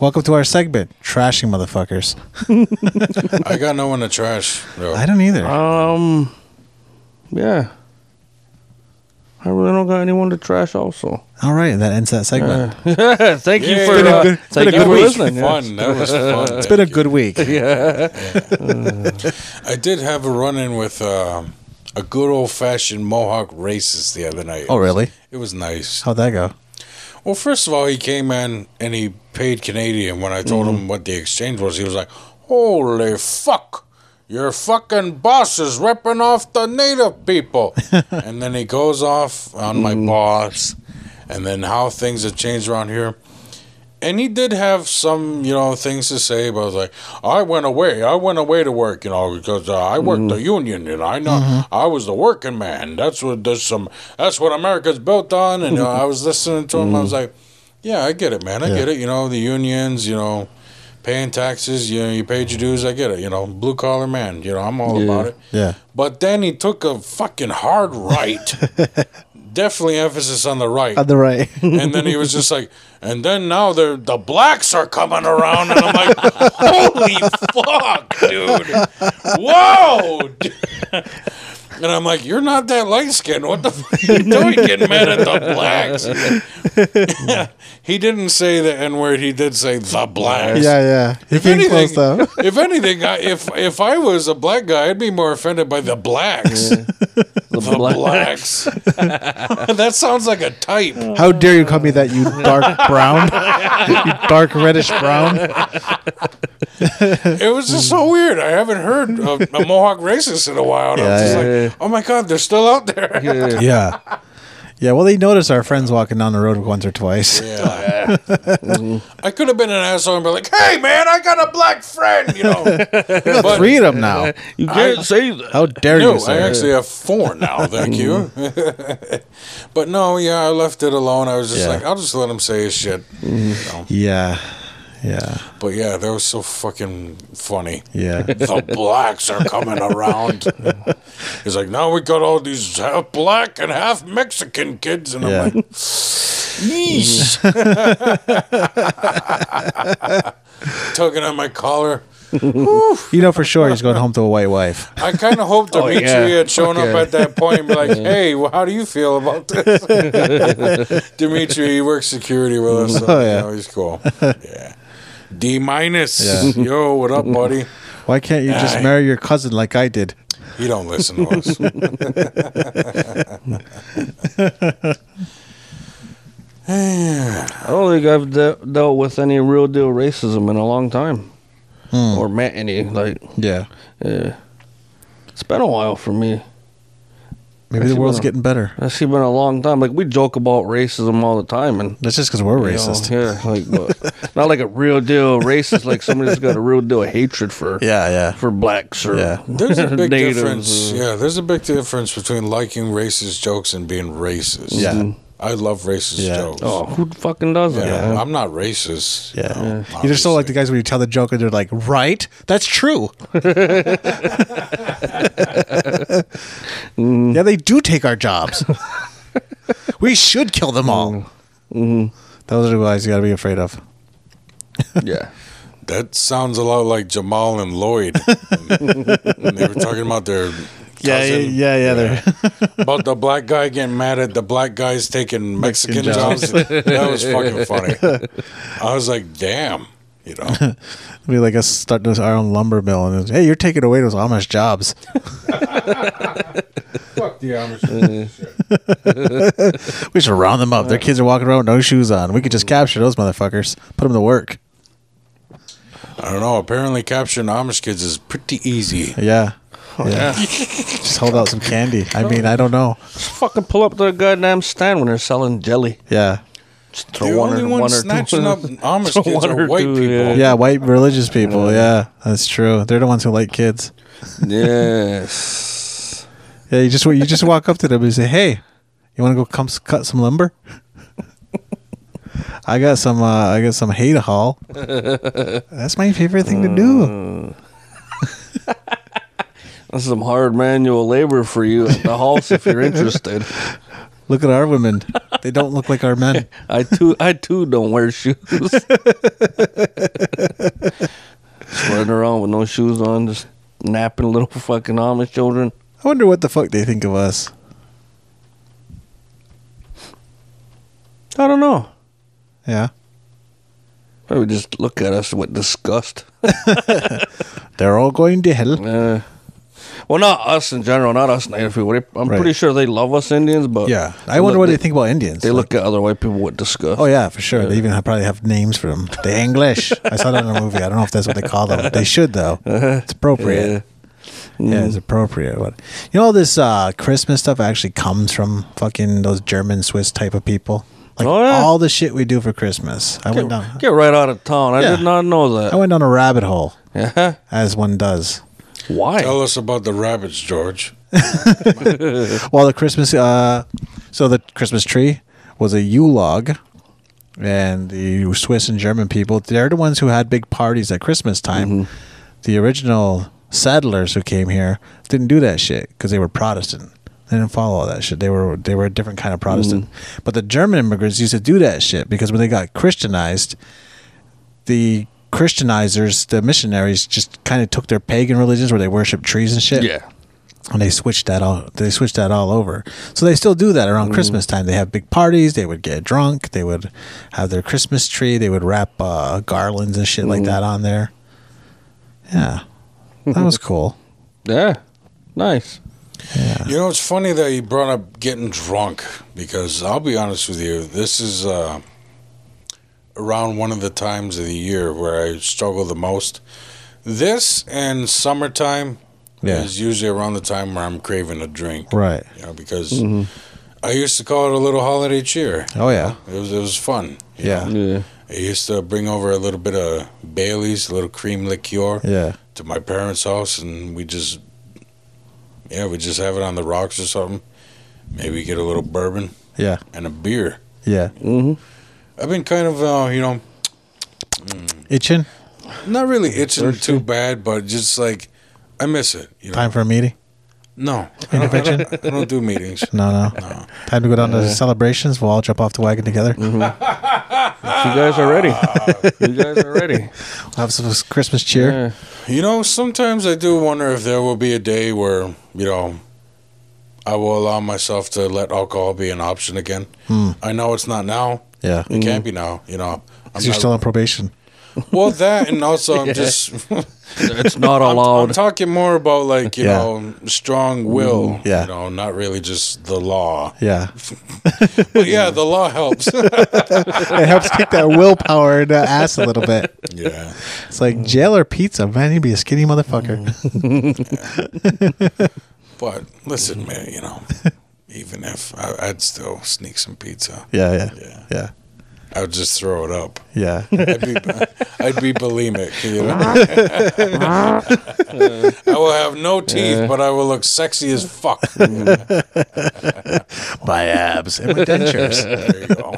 Welcome to our segment, Trashing Motherfuckers.
I got no one to trash. Though.
I don't either.
Um, yeah. I really don't got anyone to trash. Also,
All right, that ends that segment.
thank you
Yay.
for
Been a
uh,
good-
thank
been
you
a good
for
week.
listening. yeah.
fun. That was fun.
it's been a good week.
I did have a run in with um a good old fashioned Mohawk racist the other night.
Oh, really?
It was nice.
How'd that go?
Well, first of all, he came in and he paid Canadian. When I told him what the exchange was, he was like, "Holy fuck! Your fucking boss is ripping off the native people." and then he goes off on my boss, and then how things have changed around here. And he did have some, you know, things to say, but I was like, I went away. I went away to work, you know, because uh, I worked the union, and I know I was the working man. That's what there's some. That's what America's built on. And you know, I was listening to him. I was like, Yeah, I get it, man. I get it. You know, the unions. You know, paying taxes. You know, you paid your dues. I get it. You know, blue collar man. You know, I'm all about it.
Yeah.
But then he took a fucking hard right. Definitely emphasis on the right
On the right.
and then he was just like, and then now they're, the blacks are coming around, and I'm like, holy fuck, dude, whoa. And I'm like, you're not that light skinned. What the fuck are you doing getting mad at the blacks? he didn't say the N word. He did say the blacks.
yeah. He
If anything, if anything, I, if if I was a black guy, I'd be more offended by the blacks.
The
The
black-
blacks. that sounds like a type.
How dare you call me that, you dark brown? you dark reddish brown?
It was just so weird. I haven't heard of a Mohawk racist in a while. And I was
Yeah,
just
yeah, yeah.
like, oh my God, they're still out there.
yeah.
Yeah. Yeah, well, they notice our friends walking down the road once or twice.
Yeah. I could have been an asshole and be like, hey, man, I got a black friend, you know. But
Three of them now.
You can't say that.
How dare
no,
you,
I
sir?
actually have four now, thank you. but no, yeah, I left it alone. I was just
Yeah.
like, I'll just let him say his shit.
yeah. Yeah.
But yeah, that was so fucking funny.
Yeah.
the blacks are coming around. He's like, now we got all these half black and half Mexican kids, and
Yeah.
I'm like, yeesh. Tugging on my collar.
You know for sure he's going home to a white wife.
I kind of hoped
Oh,
Dimitri
yeah.
had shown
Fuck
up
yeah.
at that point and be like, hey, well, how do you feel about this? Dimitri, he works security with us. So,
Oh,
you
yeah.
know, he's cool. Yeah. D minus. Yo, what up, buddy?
Why can't you just
Aye.
marry your cousin like I did?
You don't listen to us.
I don't think I've de- dealt with any real deal racism in a long time,
Hmm.
or met any. Like,
Yeah.
yeah. it's been a while for me.
Maybe the
Actually,
world's
no.
getting better.
That's been a long time. Like we joke about racism all the time, and
That's just because we're
you know,
racist.
yeah, like but not like a real deal racist. Like somebody's got a real deal hatred for
Yeah, yeah.
for blacks or
Yeah.
There's a big
natives,
difference.
uh,
Yeah, there's a big difference between liking racist jokes and being racist.
Yeah. Mhm.
I love racist
Yeah.
jokes.
Oh, who fucking does that?
yeah.
man?
I'm not racist.
Yeah.
you know,
You just don't like the
obviously.
guys when you tell the joke and they're like, right? That's true. Yeah, they do take our jobs. we should kill them all. Mm-hmm. Those are the guys you got to be afraid of.
yeah.
That sounds a lot like Jamal and Lloyd. And they were talking about their
Yeah, yeah,
cousin.
yeah, yeah. They're
About the black guy getting mad at the black guys taking Mexican,
Mexican
jobs. that was fucking funny. I was like, damn, you know.
we like us start this our own lumber mill, and it's, hey, you're taking away those Amish jobs.
Fuck the Amish.
We should round them up. Their kids are walking around with no shoes on. We could just capture those motherfuckers, put them to work.
I don't know. Apparently, capturing Amish kids is pretty easy.
Oh, Yeah,
Yeah.
just hold out some candy. I mean, I don't know.
Just fucking pull up to a goddamn stand when they're selling jelly.
Yeah,
Just
The
throw one
only
or
one,
one or
snatching
two.
up Amish kids
one
are
or
white
two,
people.
yeah.
yeah. White religious people. Yeah, that's true. They're the ones who like kids.
yes.
Yeah, you just you just walk up to them and say, "Hey, you want to go come s- cut some lumber?" I got some. Uh, I got some hay to haul. That's my favorite thing to
Mm.
do.
That's some hard manual labor for you at the house if you're interested.
Look at our women. They don't look like our men.
I too, I too don't wear shoes. just running around with no shoes on, just napping little fucking Amish children.
I wonder what the fuck they think of us.
I don't know.
Yeah,
They would just look at us with disgust.
they're all going to hell.
Uh, well, not us in general, not us native people. They- I'm
Right.
pretty sure they love us Indians, but
Yeah, I
look,
wonder what they, think about Indians.
They
Like,
look at other white people with disgust.
Oh yeah, for sure. They even have, probably have names for them. The English. I saw that in a movie. I don't know if that's what they call them. They should though. It's appropriate.
Yeah.
Yeah,
Mm.
it's appropriate. But you know, all this uh, Christmas stuff actually comes from fucking those German Swiss type of people. Like
Oh, yeah.
all the shit we do for Christmas. I went down.
Get right out of town. I
Yeah.
did not know
I
that.
went down a rabbit hole,
Yeah.
as one does.
Why?
Tell us about the rabbits, George.
Well, the Christmas. Uh, so the Christmas tree was a Yule log, and the Swiss and German people. They're the ones who had big parties at Christmas time. The original settlers who came here didn't do that shit because they were Protestant. They didn't follow all that shit. They were they were a different kind of Protestant. But the German immigrants used to do that shit because when they got Christianized, the Christianizers, the missionaries, just kind of took their pagan religions where they worship trees and shit
yeah.
and they switched that all they switched that all over so they still do that around christmas time they have big parties they would get drunk they would have their christmas tree they would wrap uh, garlands and shit like that on there yeah that was cool
Yeah. Nice.
You know, it's funny that you brought up getting drunk because I'll be honest with you, this is uh, around one of the times of the year where I struggle the most. This and summertime
Yeah.
is usually around the time where I'm craving a drink.
right Mm-hmm.
You know, because I used to call it a little holiday cheer.
oh yeah
It was it was fun.
yeah
Yeah.
I used to bring over a little bit of Bailey's, a little cream liqueur
yeah
to my parents' house, and we just, yeah, we just have it on the rocks or something. Maybe get a little bourbon
yeah
and a beer.
yeah
I've been kind of, uh, you know,
itching
not really itching too bad, but just like I miss it. You know?
time for a meeting
No, I don't, I don't- I don't do meetings.
no no, Mm-hmm. time to go down to celebrations we'll all jump off the wagon together
You guys are ready. you guys are ready.
have some christmas cheer
Yeah.
You know, sometimes I do wonder if there will be a day where, you know, I will allow myself to let alcohol be an option again.
Hmm.
I know it's not now.
yeah Mm.
It can't be now, you know. I'm
'Cause you're
not-
Hmm. still on probation
well, that and also I'm just
It's not
I'm, I'm
allowed.
talking more about like you
Yeah.
know strong will,
Mm,
Yeah.
you know, not really just the law.
yeah
But yeah, the law helps.
it helps kick that willpower in the ass a little bit
yeah,
It's like jail or pizza, man. You'd be a skinny motherfucker.
but listen, man, you know, even if I, I'd still sneak some pizza,
yeah, yeah,
Yeah.
yeah,
I would just throw it up.
yeah,
I'd be, I'd be bulimic. You know? I will have no teeth, but I will look sexy as fuck. there
My abs and my dentures.
you go.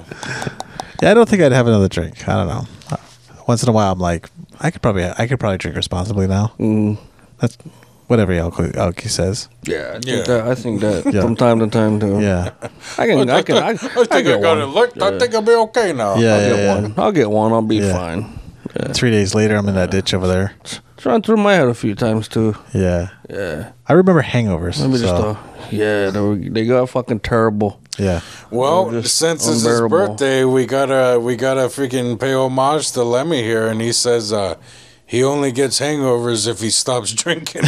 yeah, I don't think I'd have another drink. I don't know. Uh, Once in a while, I'm like, I could probably, I could probably drink responsibly now. That's whatever Elke, Elke says.
Yeah, I think
Yeah.
that. I think that
Yeah.
from time to time too.
Yeah,
I can. I can. I,
I think I,
get
got
one.
it licked. I
Yeah.
think I'll be okay now.
yeah,
I'll
yeah.
get
yeah.
one. I'll get one. I'll be
Yeah.
fine.
Three days later, I'm in that ditch over there.
It's run through my head a few times too.
Yeah.
Yeah,
I remember hangovers.
let me just.
so-
Uh, yeah, they, were, they got fucking terrible.
yeah.
Well,
They're just
since it's his
unbearable.
birthday, we gotta we gotta freaking pay homage to Lemmy here, and he says uh, he only gets hangovers if he stops drinking.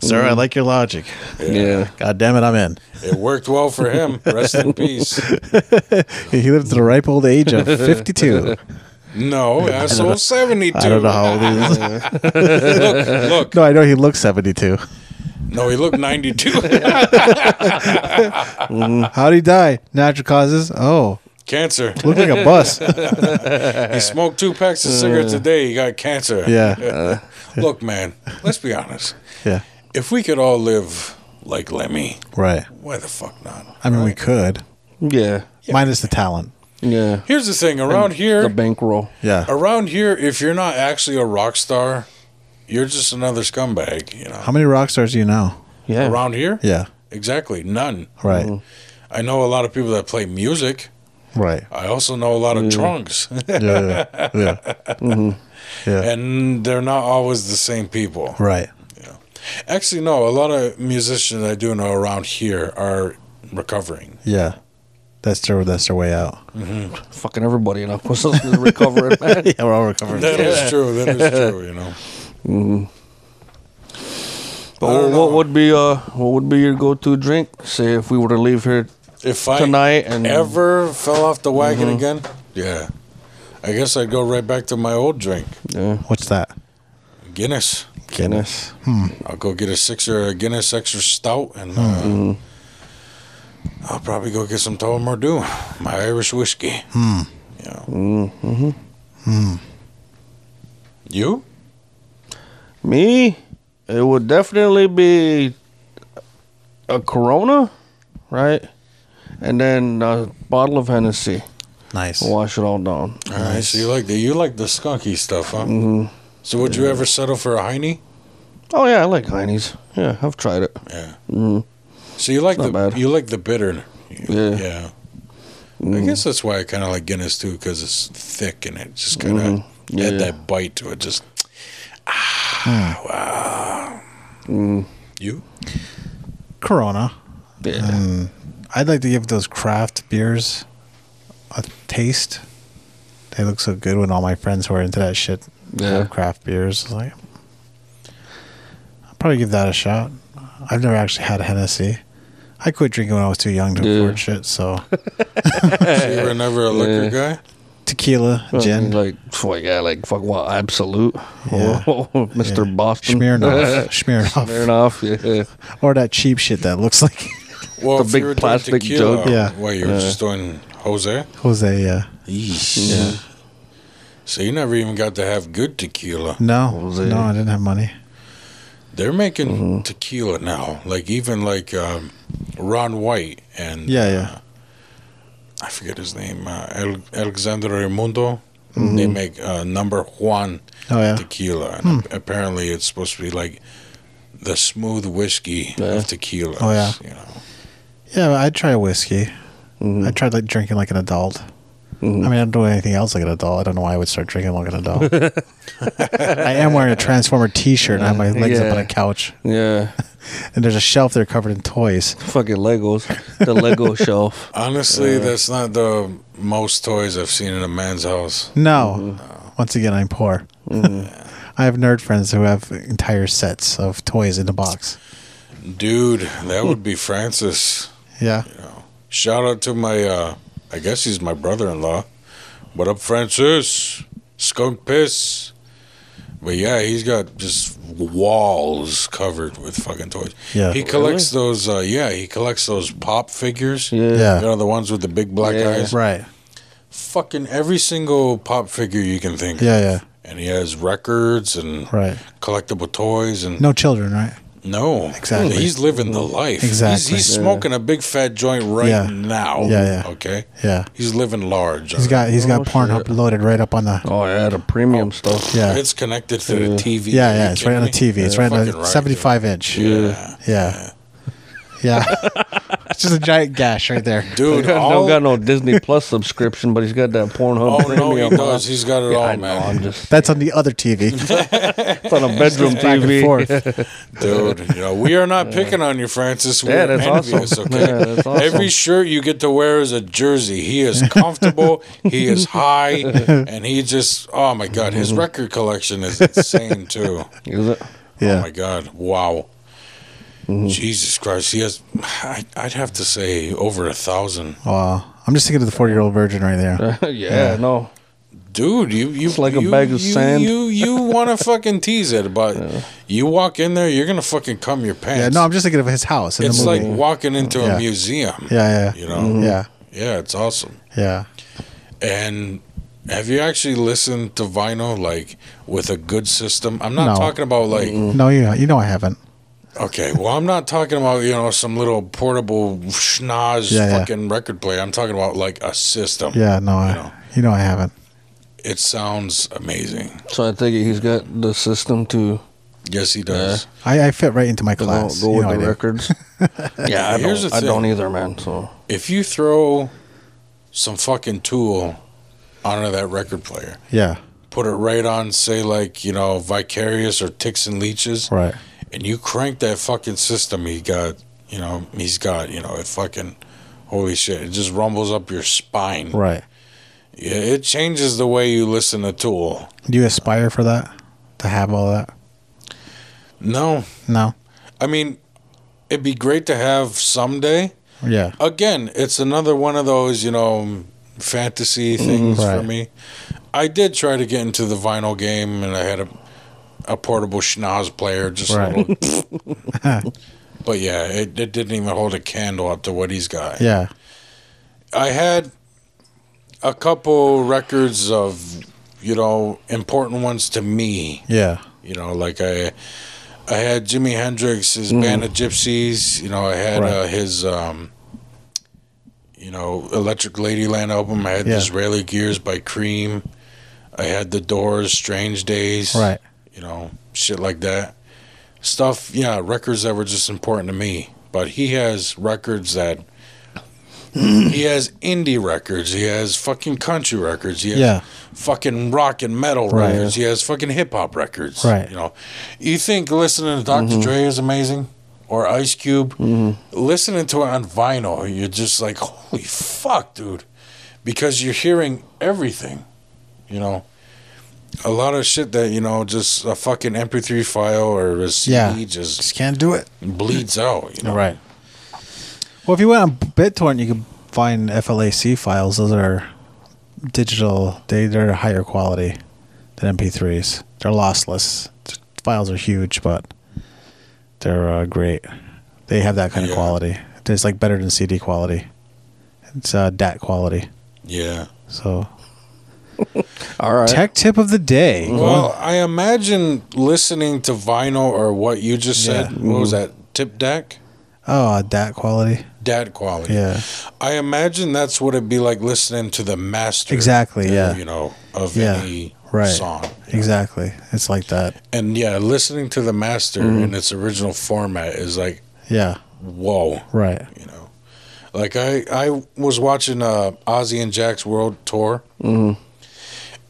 Sir, I like your logic.
Yeah.
God damn it, I'm in.
it worked well for him. Rest in peace.
He lived to the ripe old age of 52.
No, asshole, seventy-two.
I don't know how old he is.
Look,
No, I know he looks 72.
no, he looked ninety-two.
How'd he die? Natural causes? Oh,
cancer.
looked like a bus.
He smoked two packs of cigarettes a day. He got cancer.
Yeah.
Look, man. Let's be honest.
Yeah.
If we could all live like Lemmy,
Right.
why the fuck not?
I mean, we could,
Yeah.
minus the talent.
Yeah.
Here's the thing. Around
The
here,
bankroll.
Yeah.
around here, if you're not actually a rock star, you're just another scumbag. You know.
How many rock stars do you know?
Yeah.
Around here,
Yeah.
exactly none.
Right.
I know a lot of people that play music.
Right.
I also know a lot
Mm.
of drunks,
Yeah. Yeah. yeah. Mm-hmm. yeah.
and they're not always the same people.
right.
Actually, no. A lot of musicians I do know around here are recovering.
Yeah. That's their that's their way out.
fucking everybody enough was recovering, man.
Yeah, we're all recovering.
That is true. That is true. You know.
But what, what would be uh what would be your go to drink? Say if we were to leave here
If I
tonight and Mm-hmm.
ever fell off the wagon again, yeah, I guess I'd go right back to my old drink,
yeah,
What's that?
Guinness.
Guinness.
I'll go get a sixer a Guinness extra stout, and uh, I'll probably go get some Tom Mordew, my Irish whiskey. Hmm. Yeah. Mm-hmm. You?
Me, it would definitely be a Corona, right? And then a bottle of Hennessy.
Nice.
Wash it all down.
All right. So you like the you like the skunky stuff, huh? Mm-hmm. So would you ever settle for a Heine?
Oh yeah, I like Heine's. Yeah, I've tried it.
Yeah. Mm. So you like
Not
the
bad.
you like the bitter.
Yeah.
Yeah.
Mm-hmm.
I guess that's why I kind of like Guinness too, because it's thick and it just kind of
Mhm. Yeah.
had that bite to it. Just ah, wow. You?
Corona. Hmm.
Yeah.
I'd like to give those craft beers a taste. They look so good when all my friends who are into that shit
Yeah.
have craft beers. It's Like, I'll probably give that a shot. I've never actually had Hennessy. I quit drinking when I was too young to
Yeah.
afford shit. So
So you were never a liquor guy.
tequila, gin,
Like, fuck yeah, like fuck what? Absolute.
Yeah.
Mister Boston.
Smirnoff, Smirnoff,
Smirnoff. Yeah.
or that cheap shit that looks like
The
Well, if
big
you were doing
plastic
tequila,
jug.
Yeah.
Well, you were just doing Jose.
Jose. Uh,
Yeah. So you never even got to have good tequila.
no,
Jose.
no, I didn't have money.
They're making tequila now, like even like um, Ron White and
Yeah, yeah.
I forget his name, uh, El- Alexander Raimundo. They make uh, number Juan
Oh yeah,
tequila. And ap- Apparently, it's supposed to be like the smooth whiskey
Yeah.
of tequila.
Oh, yeah.
You know?
yeah. I'd try whiskey.
Mm-hmm.
I tried like drinking like an adult. I mean, I don't do anything else like an adult. I don't know why I would start drinking like an adult. I am wearing a Transformer T-shirt and I have my legs up on
Yeah.
a couch,
Yeah.
and there's a shelf there covered in toys.
Fucking Legos. The Lego shelf.
Honestly, that's not the most toys I've seen in a man's house.
No, once again, I'm poor. I have nerd friends who have entire sets of toys in a box.
Dude, that would be Francis.
Yeah,
Shout out to my, uh, I guess he's my brother in law. What up, Francis? Skunk Piss. But yeah, he's got just walls covered with fucking toys.
Yeah.
He collects those, uh, yeah, he collects those pop figures.
Yeah.
Yeah.
You know, the ones with the big black
Yeah.
eyes.
right.
Fucking every single pop figure you can think
Yeah,
of.
yeah,
And he has records and
right.
collectible toys and
No children, right?
no,
Exactly.
He's living the life.
Exactly.
He's, he's smoking a big fat joint right
Yeah.
now.
Yeah, yeah.
Okay.
Yeah,
He's living large.
he's got he's got
Oh,
Pornhub
shit.
loaded right up on the.
Oh yeah, the premium stuff.
Yeah,
It's connected to the TV.
yeah,
Are
yeah.
you
It's right on
kidding
the TV.
me?
It's right on
Fucking
the
right, dude.
75 inch.
Yeah.
Yeah. Yeah. It's just a giant gash right there.
Dude,
I
all,
don't got no Disney Plus subscription, but he's got that Pornhub
oh no, he
premium.
does. He's got it
Yeah, I
all,
know.
man.
I'm just
That's on the other TV.
it's on a bedroom
Back and
TV.
forth.
Dude, you know, we are not picking on you, Francis. We
Yeah,
are
that's
envious,
awesome.
okay?
Yeah, that's awesome.
Every shirt you get to wear is a jersey. He is comfortable, he is high, and he just, oh my God,
Mm-hmm.
his record collection is insane, too.
Is it?
Oh
Yeah.
my God! Wow.
Mm-hmm.
Jesus Christ! He has, I, I'd have to say, over a thousand.
wow. I'm just thinking of the 40 year old virgin right there.
yeah, no.
Dude, you you
It's like a
you-
bag of
you-
sand.
You you want to fucking tease it, but you walk in there, you're gonna fucking cum your pants.
Yeah. No, I'm just thinking of his house in
it's
the
like
movie.
walking into
Yeah.
a museum.
yeah. Yeah.
You know.
Yeah.
Yeah, it's awesome.
Yeah.
And have you actually listened to vinyl like with a good system? I'm
No.
not talking about like
No, you you know I haven't.
Okay, well, I'm not talking about you know some little portable schnoz
Yeah, yeah.
fucking record player. I'm talking about like a system.
Yeah, no, I,
know.
you know I haven't.
it sounds amazing.
So I think he's got the system to
Yes, he does.
I, I fit right into my
go,
class.
go
you
with
know I
the
do.
records. yeah, I
Here's
don't,
the
I don't
thing.
either, man. So
If you throw some fucking tool onto that record player,
Yeah,
put it right on, say like you know Vicarious or Ticks and Leeches,
right.
and you crank that fucking system, he got you know he's got you know it fucking holy shit, it just rumbles up your spine.
Right.
Yeah, it changes the way you listen to Tool.
Do you aspire for that? To have all that?
No,
No.
I mean, it'd be great to have someday.
Yeah.
Again, it's another one of those, you know, fantasy things for
Mm-hmm. Right.
me. I did try to get into the vinyl game, and I had a, a portable schnoz player, just a
Right.
little. but yeah, it, it didn't even hold a candle up to what he's got.
Yeah.
I had a couple records of, you know, important ones to me.
Yeah.
You know, like I, I had Jimi Hendrix, his band of Gypsies. You know, I had uh,
Mm. Right.
his, um, you know, Electric Ladyland album. I had
Yeah.
Disraeli Gears by Cream. I had The Doors, Strange Days.
Right.
You know, shit like that. Stuff, yeah, records that were just important to me. But he has records that. he has indie records. He has fucking country records. He has
Yeah.
fucking rock and metal
Right.
records. He has fucking hip hop records.
Right. Mm-hmm.
You know, you think listening to doctor Dre is amazing or Ice Cube? Listening to it on vinyl, you're just like, holy fuck, dude, because you're hearing everything. You know, a lot of shit that you know, just a fucking MP3 file or a CD
Yeah.
just
Just can't do it.
bleeds out. You know,
Right. Well, if you went on BitTorrent, you could find FLAC files. Those are digital. They, they're higher quality than MP3s. They're lossless. The files are huge, but they're uh, great. They have that kind
Yeah.
of quality. It's like better than CD quality. It's uh, DAT quality.
yeah.
So
all right.
tech tip of the day.
Well, I imagine listening to vinyl or what you just said.
Yeah. Mm-hmm.
What was that? Tip deck?
Oh, DAT quality.
Dad quality.
Yeah.
I imagine that's what it'd be like listening to the master.
Exactly,
uh,
yeah.
You know, of
Yeah,
any
right.
song.
Exactly. It's like that.
And yeah, listening to the master
Mm-hmm.
in its original format is like,
Yeah.
whoa,
Right.
you know. Like I, I was watching uh, Ozzy and Jack's World Tour,
Mm-hmm.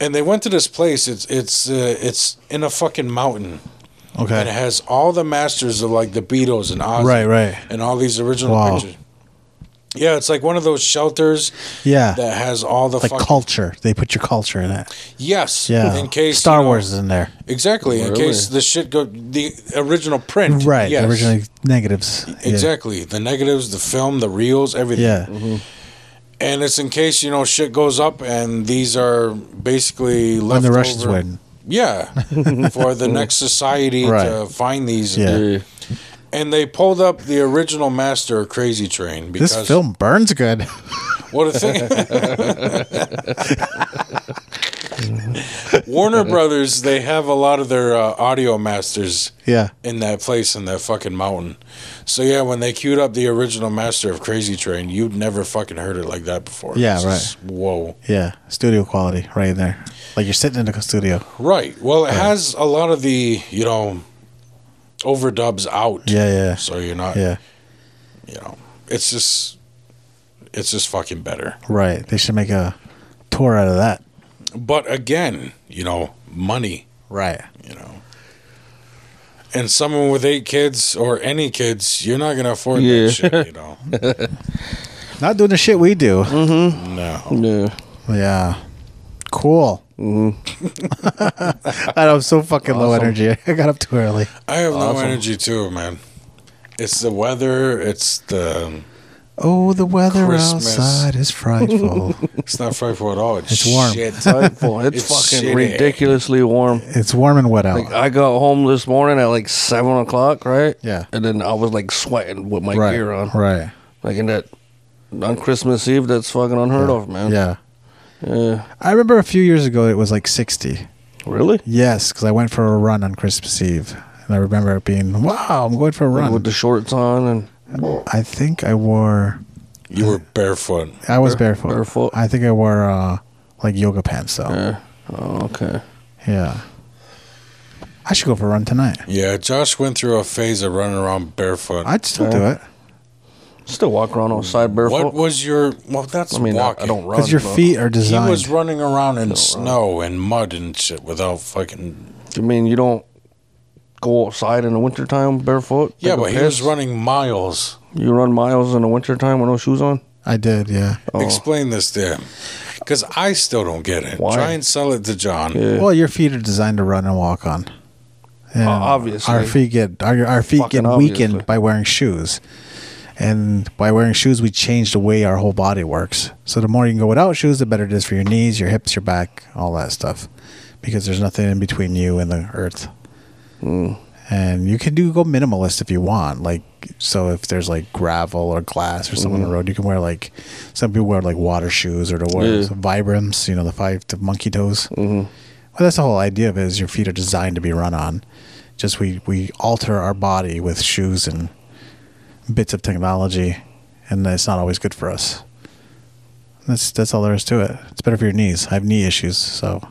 and they went to this place. It's it's uh, it's in a fucking mountain, and it
Okay.
has all the masters of like the Beatles and Ozzy,
Right, right.
and all these original
Wow.
pictures. Yeah, it's like one of those shelters
Yeah.
that has all the
like
fucking
culture. They put your culture in it.
yes.
Yeah.
In case
Star
you know-
Wars is in there.
Exactly. In
Really?
case the shit go the original print.
Right.
Yes.
The original negatives. Yeah.
Exactly. Mm-hmm. The negatives, the film, the reels, everything.
Yeah.
And it's in case you know shit goes up, and these are basically
When
left
the Russians
over-
win.
Yeah. for the next society to
Right.
find these.
Yeah.
Yeah.
And they pulled up the original master of Crazy Train because
This film burns good.
What a thing. Warner Brothers, they have a lot of their uh, audio masters
yeah.
in that place in that fucking mountain. So yeah, when they queued up the original master of Crazy Train, you'd never fucking heard it like that before.
Yeah,
It's
right.
just, Whoa.
Yeah. Studio quality right in there. Like you're sitting in a studio.
Right. Well, it has a lot of the, you know, overdubs out.
Yeah. Yeah.
So you're not,
Yeah.
you know, It's just, it's just fucking better.
Right. They should make a tour out of that.
But again, you know, money,
Right.
you know. And someone with eight kids or any kids, you're not gonna afford
Yeah.
that shit, you know.
Not doing the shit we do.
Mm-hmm. no.
Yeah.
Yeah. Cool.
Mm-hmm.
I know, I'm so fucking low energy. I got up too early.
I have no
Awesome.
energy too, man. It's the weather. It's the.
Oh, the weather
Christmas.
outside is frightful.
It's not frightful at all. It's,
It's warm.
Shit.
Frightful. It's,
It's
fucking
shitty.
ridiculously warm.
it's warm and wet out.
Like, I got home this morning at like seven o'clock, right?
Yeah.
And then I was like sweating with my
right.
gear on.
Right.
Like in that on Christmas Eve, that's fucking unheard of, man.
Yeah.
Yeah.
I remember a few years ago it was like 60.
Really?
Yes, because I went for a run on Christmas Eve. And I remember it being, wow, I'm going for a run.
With the shorts on and
I think I wore,
You were barefoot.
I was
Bare-
barefoot.
barefoot.
I think I wore uh, like yoga pants though. Yeah.
yeah. Oh, okay.
I should go for a run tonight.
Yeah, Josh went through a phase of running around barefoot.
I'd still do it.
Still walk around outside barefoot.
what was your? Well, that's
I mean, I,
walking.
I don't run.
Because your
but-
feet are
He
designed.
was running around in snow and mud and shit without fucking.
I mean, you don't go outside in the wintertime barefoot.
Yeah,
take a
but he was
piss?
running miles.
You run miles in the wintertime with no shoes on?
I did, yeah.
Oh.
Explain this to him, because I still don't get it.
Why?
Try and sell it to John.
Yeah.
Well, your feet are designed to run and walk on. And
Uh, obviously.
our feet get our, our feet
Fucking
get weakened
obviously.
by wearing shoes, and by wearing shoes, we change the way our whole body works. So the more you can go without shoes, the better it is for your knees, your hips, your back, all that stuff, because there's nothing in between you and the earth. And you can do go minimalist if you want. Like so, if there's like gravel or glass or something on the road, you can wear like some people wear like water shoes or to wear
Yeah.
some Vibrams, you know, the five to monkey toes. Mm-hmm. Well, that's the whole idea of it is your feet are designed to be run on. Just we, we alter our body with shoes and bits of technology, and it's not always good for us. That's that's all there is to it. It's better for your knees. I have knee issues, so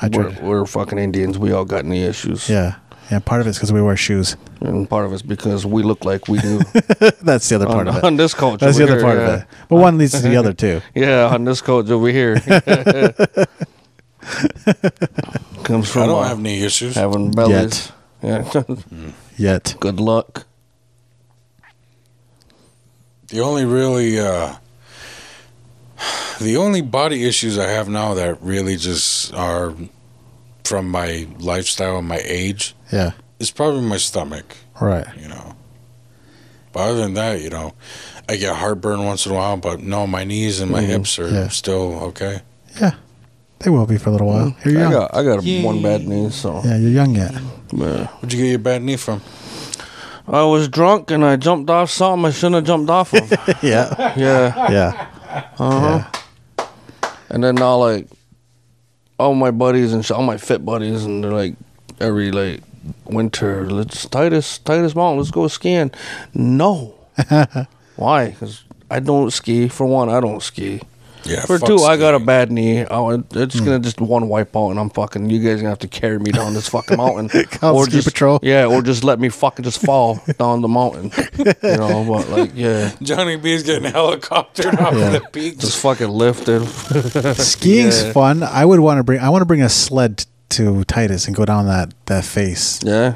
I
We're,
tried.
we're fucking Indians. We all got knee issues.
Yeah, yeah. Part of it's because we wear shoes.
And part of it's because we look like we do
that's the other part
on,
of it.
on this culture.
that's the
over
other
here,
part
yeah.
of it. But one leads to the other too.
Yeah, on this coach over here. Comes from
I don't
uh,
have any issues.
having bellies. Yeah.
Yet
Good luck.
The only really, uh, the only body issues I have now that really just are from my lifestyle and my age
yeah,
is probably my stomach,
right.
you know. But other than that, you know, I get heartburn once in a while, but no, my knees and my
Mm-hmm.
hips are
yeah.
still okay.
Yeah, they will be for a little while. You're
I
young.
got I got one bad knee, so
Yeah, you're young yet.
yeah.
Where'd you get your bad knee from?
I was drunk and I jumped off something I shouldn't have jumped off of.
yeah,
yeah.
yeah.
Uh-huh. And then now like all my buddies and sh- all my fit buddies and they're like every like winter, let's Titus Titus Mountain, let's go skiing. No. Why? Cuz I don't ski. For one, I don't ski.
Yeah.
For
fuck
two, I got a
skiing.
bad knee. Oh, it- it's gonna just one wipe out, and I'm fucking. You guys gonna have to carry me down this fucking mountain,
Call ski
just
patrol.
Yeah, or just let me fucking just fall down the mountain. You know, but like, yeah,
Johnny B is getting helicoptered off
Yeah.
the peak.
just fucking lifted.
Skiing's
Yeah.
fun. I would want to bring. I want to bring a sled to Titus and go down that that face.
Yeah,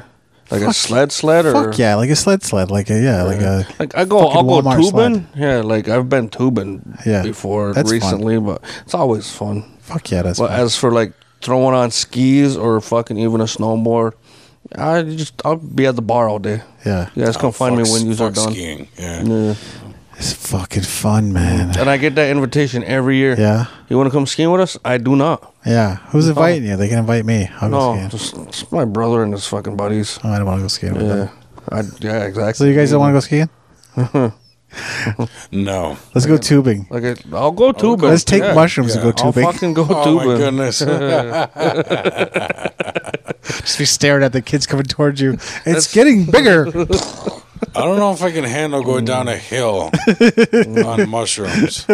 like a
Fuck-
sled, sled, or
Fuck yeah, like a sled sled, like a yeah, like a
Like I go,
Fucking
I'll go
Walmart
tubing. Yeah, like I've been tubing
Yeah,
before
that's fun.
recently, but it's always fun.
fuck yeah. That's
But
fun.
as for like throwing on skis or fucking even a snowboard, I just I'll be at the bar all day.
yeah,
You guys come find me
Oh, Fuck-
when you are
fuck
done.
Skiing. Yeah.
Yeah.
it's fucking fun, man.
And I get that invitation every year.
Yeah,
You want to come skiing with us? I do not.
yeah. Who's inviting you? They can invite me. I'll go
No,
skiing.
just, just my brother and his fucking buddies.
oh, I don't want to go skiing. With
Yeah.
them.
I, yeah, exactly.
So you guys don't want to go skiing?
No.
Let's go tubing.
Like I, I'll go tubing.
Let's take
yeah.
mushrooms
yeah,
and go
I'll
tubing.
fucking go
Oh
tubing.
my goodness.
Just be staring at the kids coming towards you. It's getting bigger.
I don't know if I can handle going down a hill on mushrooms.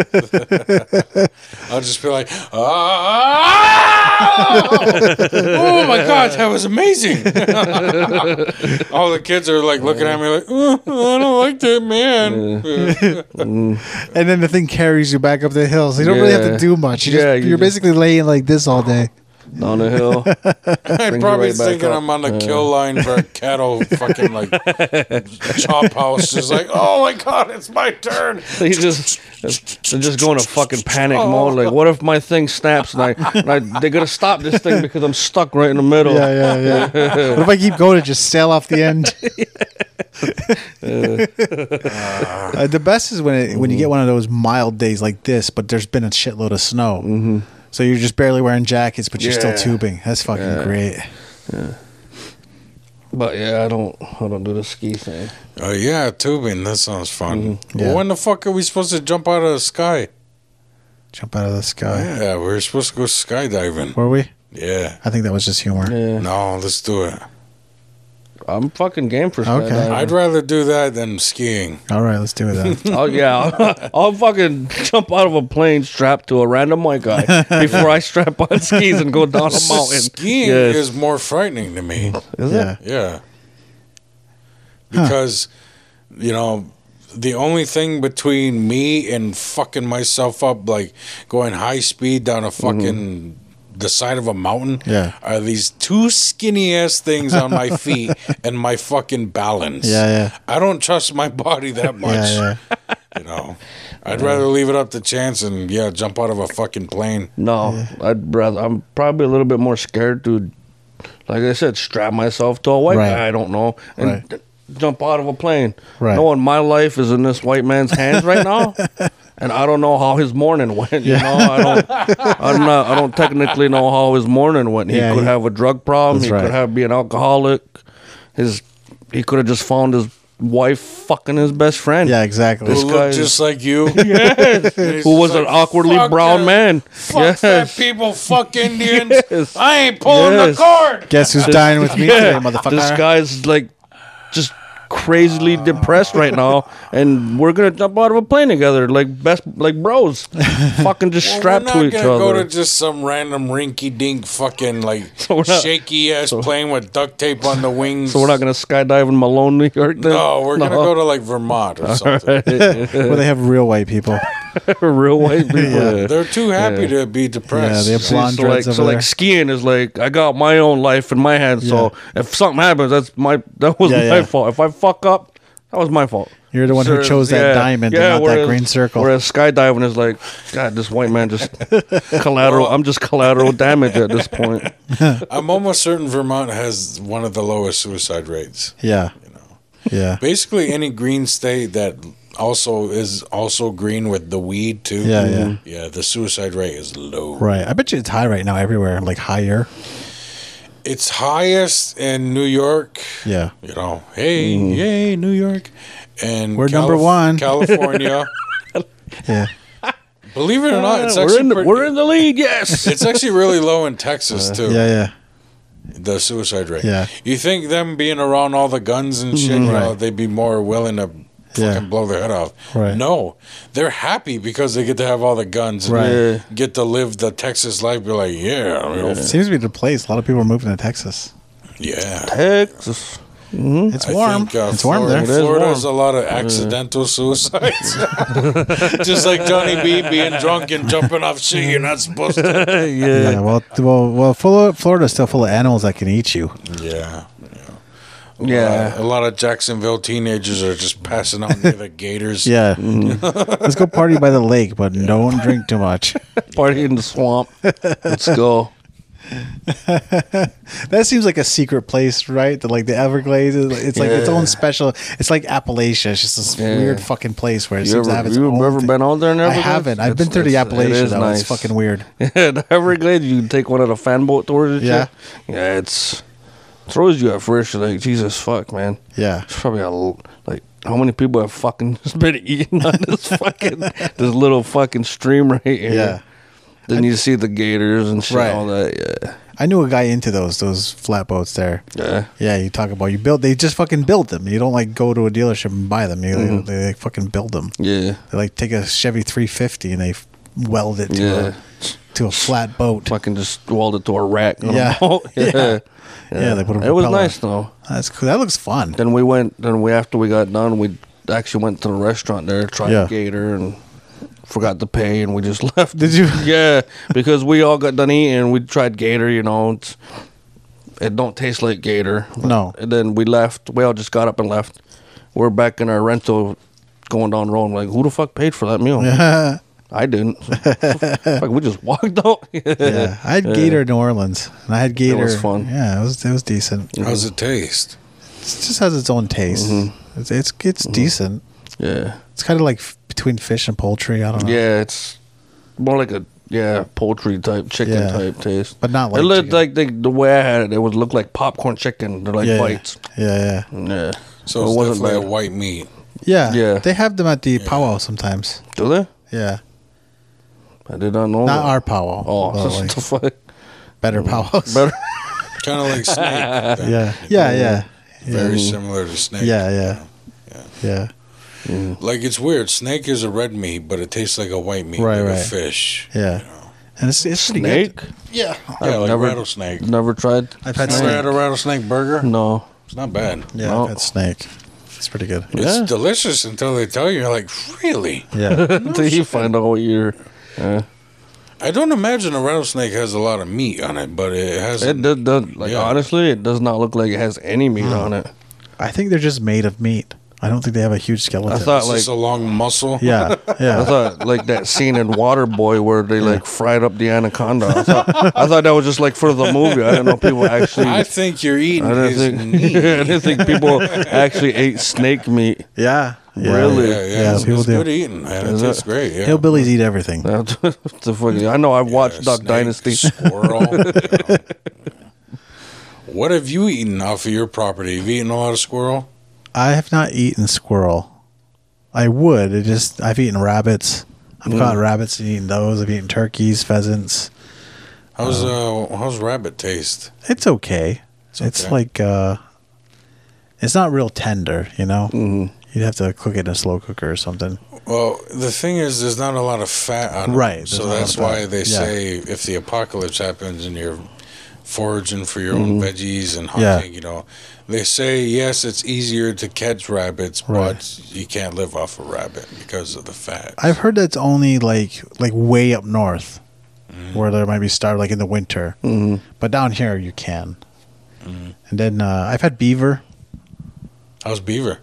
I'll just be like, "Ah! oh my god, that was amazing! All the kids are like looking at me like, "Oh, I don't like that man.
and then the thing carries you back up the hill, so you don't really have
Yeah.
to do much. You
Yeah,
just,
you
you're
just-
basically laying like this all day.
down the hill.
I'm
you
probably
right back
thinking
up.
I'm on the kill line for a cattle fucking like chop house. Is like, oh my god, it's my turn.
They just they just go into fucking panic
Oh.
mode. Like, what if my thing snaps and I, and I they gotta stop this thing because I'm stuck right in the middle.
Yeah, yeah, yeah. what if I keep going and just sail off the end? Uh, the best is when it, when you get one of those mild days like this, but there's been a shitload of snow, mm-hmm. so you're just barely wearing jackets, but you're
Yeah.
still tubing. That's fucking
Yeah.
great.
But yeah, I don't I don't do the ski thing.
Oh yeah, tubing. That sounds fun.
Mm-hmm.
Yeah.
Well, when the fuck are we supposed to jump out of the sky?
Jump out of the sky.
Yeah, we're supposed to go skydiving.
Were we?
Yeah.
I think that was just humor.
Yeah,
No, let's do it.
I'm fucking game for
Okay.
skydiving.
I'd rather do that than skiing.
All right, let's do it then.
Oh yeah, I'll, I'll fucking jump out of a plane strapped to a random white guy before I strap on skis and go down a mountain.
Skiing
Yes.
is more frightening to me.
Is it?
yeah.
Yeah. Because, you know, the only thing between me and fucking myself up, like going high speed down a
Mm-hmm.
fucking. The side of a mountain
Yeah.
are these two skinny ass things on my feet and my fucking balance.
Yeah, yeah.
I don't trust my body that much.
Yeah, yeah.
You know, I'd rather leave it up to chance and yeah, jump out of a fucking plane.
No, I'd rather. I'm probably a little bit more scared to, like I said, strap myself to a white
Right.
guy I don't know and
Right.
d- jump out of a plane.
Right.
Knowing my life is in this white man's hands right now, and I don't know how his morning went. You know, I don't. I'm not. I don't technically know how his morning went. He
Yeah,
could
he-
have a drug problem.
That's
He
right.
could have be an alcoholic. His he could have just found his wife fucking his best friend.
Yeah, exactly.
Who
This guy
looked
is-
just like you.
Who was an awkwardly
"Fuck
brown
yeah.
man?
Fuck fat people, fuck Indians.
Yes.
I ain't pulling
Yes.
the cord.
Guess who's dying with me today, motherfucker? Oh.
This guy's like just crazily depressed right now, and we're gonna jump out of a plane together, like best, like bros, fucking just strapped
Well,
to
we're not
each
gonna go
other.
to just some random rinky dink fucking like
we're not-
shaky ass plane with duct tape on the wings.
so we're not gonna skydive in Malone, New York. Then?
No, we're gonna go to like Vermont or something.
Where they have real white people.
to real white people.
They're too happy to be depressed.
Yeah, they
See,
blonde
so like,
dreads over
so like
there.
skiing is like I got my own life in my hands. So if something happens, that's my that was
Yeah,
my
yeah.
fault. If I fuck up, that was my fault.
You're the one who
Sure,
chose that
yeah,
diamond
yeah,
and not
whereas-
that green circle.
Whereas skydiving is like, God, this white man just collateral. I'm just collateral damage at this point.
I'm almost certain Vermont has one of the lowest suicide rates.
yeah. Yeah.
Basically, any green state that also is also green with the weed too.
Yeah, yeah.
yeah. The suicide rate is low.
Right. I bet you it's high right now everywhere. Like higher.
It's highest in New York.
Yeah.
You know, hey, yay, New York, and
Mm-hmm. We're number one.
California.
Yeah.
Believe it or not, it's
we're
actually
in the,
pretty-
we're in the lead. Yes.
it's actually really low in Texas too.
Uh, Yeah. Yeah.
The suicide rate.
Yeah. Mm-hmm.
You think them being around all the guns and shit, you know,
Right.
they'd be more willing to fucking
Yeah.
blow their head off.
Right.
No, they're happy because they get to have all the guns.
Right.
Yeah.
And get to live the Texas life. Be like, yeah, I mean,
It seems to be the place. A lot of people are moving to Texas.
yeah.
Texas. Hmm.
It's warm.
uh,
it's warm
uh, Florida,
there.
It is
Florida
warm.
has a lot of accidental suicides. Just like Johnny B being drunk and jumping off shit you're not supposed to.
Yeah. Well, well, well. Full of, Florida's still full of animals that can eat you.
Yeah.
Yeah.
a lot of Jacksonville teenagers are just passing out near the gators.
Yeah.
Mm.
Let's go party by the lake, but don't drink too much.
Party in the swamp. Let's go.
That seems like a secret place, right? The, like the Everglades. It's like- it's like its own special. It's like Appalachia. It's just this
Yeah.
weird fucking place where it
You
seems
ever,
to have its
you
own.
ever
thing.
been out there? in
I
Everglades?
haven't. I've been
It's-
through the
it's- it
Appalachian
is
though.
nice.
It's fucking weird.
Yeah, the Everglades, you can take one of the fan boat tours and
Yeah.
shit. Yeah, it's throws you at first. You're like, Jesus fuck, man.
Yeah.
It's probably a l- like how many people have fucking just been eating on this fucking this little fucking stream right here.
Yeah.
Then you see the gators and shit,
Right.
all that. Yeah.
I knew a guy into those those flatboats there.
Yeah.
Yeah, you talk about you build. They just fucking build them. You don't like go to a dealership and buy them. You
Mm-hmm.
they, they fucking build them.
Yeah.
They like take a Chevy 350 and they f- weld it to
Yeah.
a to a flat boat.
Fucking just weld it to a rack. on a
Yeah.
boat.
Yeah. Yeah, they put a
It was
propeller.
nice though.
That's cool. That looks fun.
Then we went. Then we after we got done, we actually went to the restaurant there, tried
Yeah.
gator, and forgot to pay, and we just left.
Did you?
yeah, because we all got done eating. We tried gator, you know. It's, it don't taste like gator.
No.
And then we left. We all just got up and left. We're back in our rental, going down the road. I'm like, who the fuck paid for that meal?
yeah,
I didn't. Fuck, we just walked out.
I had Gator in New Orleans, and I had Gator.
was fun.
Yeah, it was it was decent. It
How's it taste?
just has its own taste.
Mm-hmm.
It's it's, it's decent.
yeah.
It's kind of like f- between fish and poultry. I don't know.
Yeah, it's more like a yeah poultry type chicken
Yeah.
type taste,
But not like
it looked
chicken.
like they, the way I had it. It would look like popcorn chicken. They're like
yeah,
bites.
yeah, yeah,
Yeah.
So
It
it's
wasn't
definitely
bad.
a white meat.
yeah.
Yeah.
They have them at the powwow sometimes.
Do they?
Yeah,
I did not know.
not
that.
our powwow.
Oh,
but
what
like
the fuck?
better powwows.
Better.
Kind of like snake. They're
yeah, yeah, yeah,
Very similar to snake.
yeah, yeah, yeah.
Like it's weird. Snake is a red meat, but it tastes like a white meat,
Right,
like
right.
a fish.
Yeah. And it's, it's pretty good.
Snake?
Yeah, yeah, like
never-
rattlesnake.
Never tried.
I've had
Never
snake.
had a rattlesnake burger.
No.
It's not bad.
Yeah,
No.
I've had snake. It's pretty good.
Yeah.
It's delicious until they tell you. You're like, really?
Yeah.
Until you find out what you're. Uh,
I don't imagine a rattlesnake has a lot of meat on it, but it has.
it does, does like
Yeah.
honestly, it does not look like it has any meat
Mm.
on it.
I think they're just made of meat. I don't think they have a huge
I
skeleton.
thought
it's
like
just a long muscle.
yeah,
I
yeah.
thought like that scene in Waterboy where they like fried up the anaconda. I thought, I thought that was just like for the movie. I didn't know people actually.
I
I,
think you're eating his
didn't think.
meat.
I didn't think people actually ate snake meat.
yeah, yeah.
Really?
Yeah, yeah,
Yeah,
it's,
people
it's
do.
good eating, man. It
Is it?
tastes great. Yeah.
Hillbillies eat everything.
That's what the fuck- I know. I watched Duck
Snake,
Dynasty.
Squirrel. you know. What have you eaten off of your property? Have you eaten a lot of squirrel?
I have not eaten squirrel. I would. It just I've eaten rabbits. I've caught rabbits and eaten those. I've eaten turkeys, pheasants.
How's uh, how's rabbit taste?
It's okay. It's,
okay.
like uh, it's not real tender, you know. Mm-hmm. You'd have to cook it in a slow cooker or something.
Well, the thing is, there's not a lot of fat on it,
Right, there's
So
not a lot
that's
of fat.
why they
Yeah.
say if the apocalypse happens and you're foraging for your own veggies and
Mm-hmm. Yeah.
hunting, you know, they say yes, it's easier to catch rabbits,
Right.
but you can't live off a rabbit because of the fat.
I've heard that's only like like way up north, where there might be starved like in the winter. Mm-hmm. But down here you can. And then uh, I've had beaver.
How's beaver?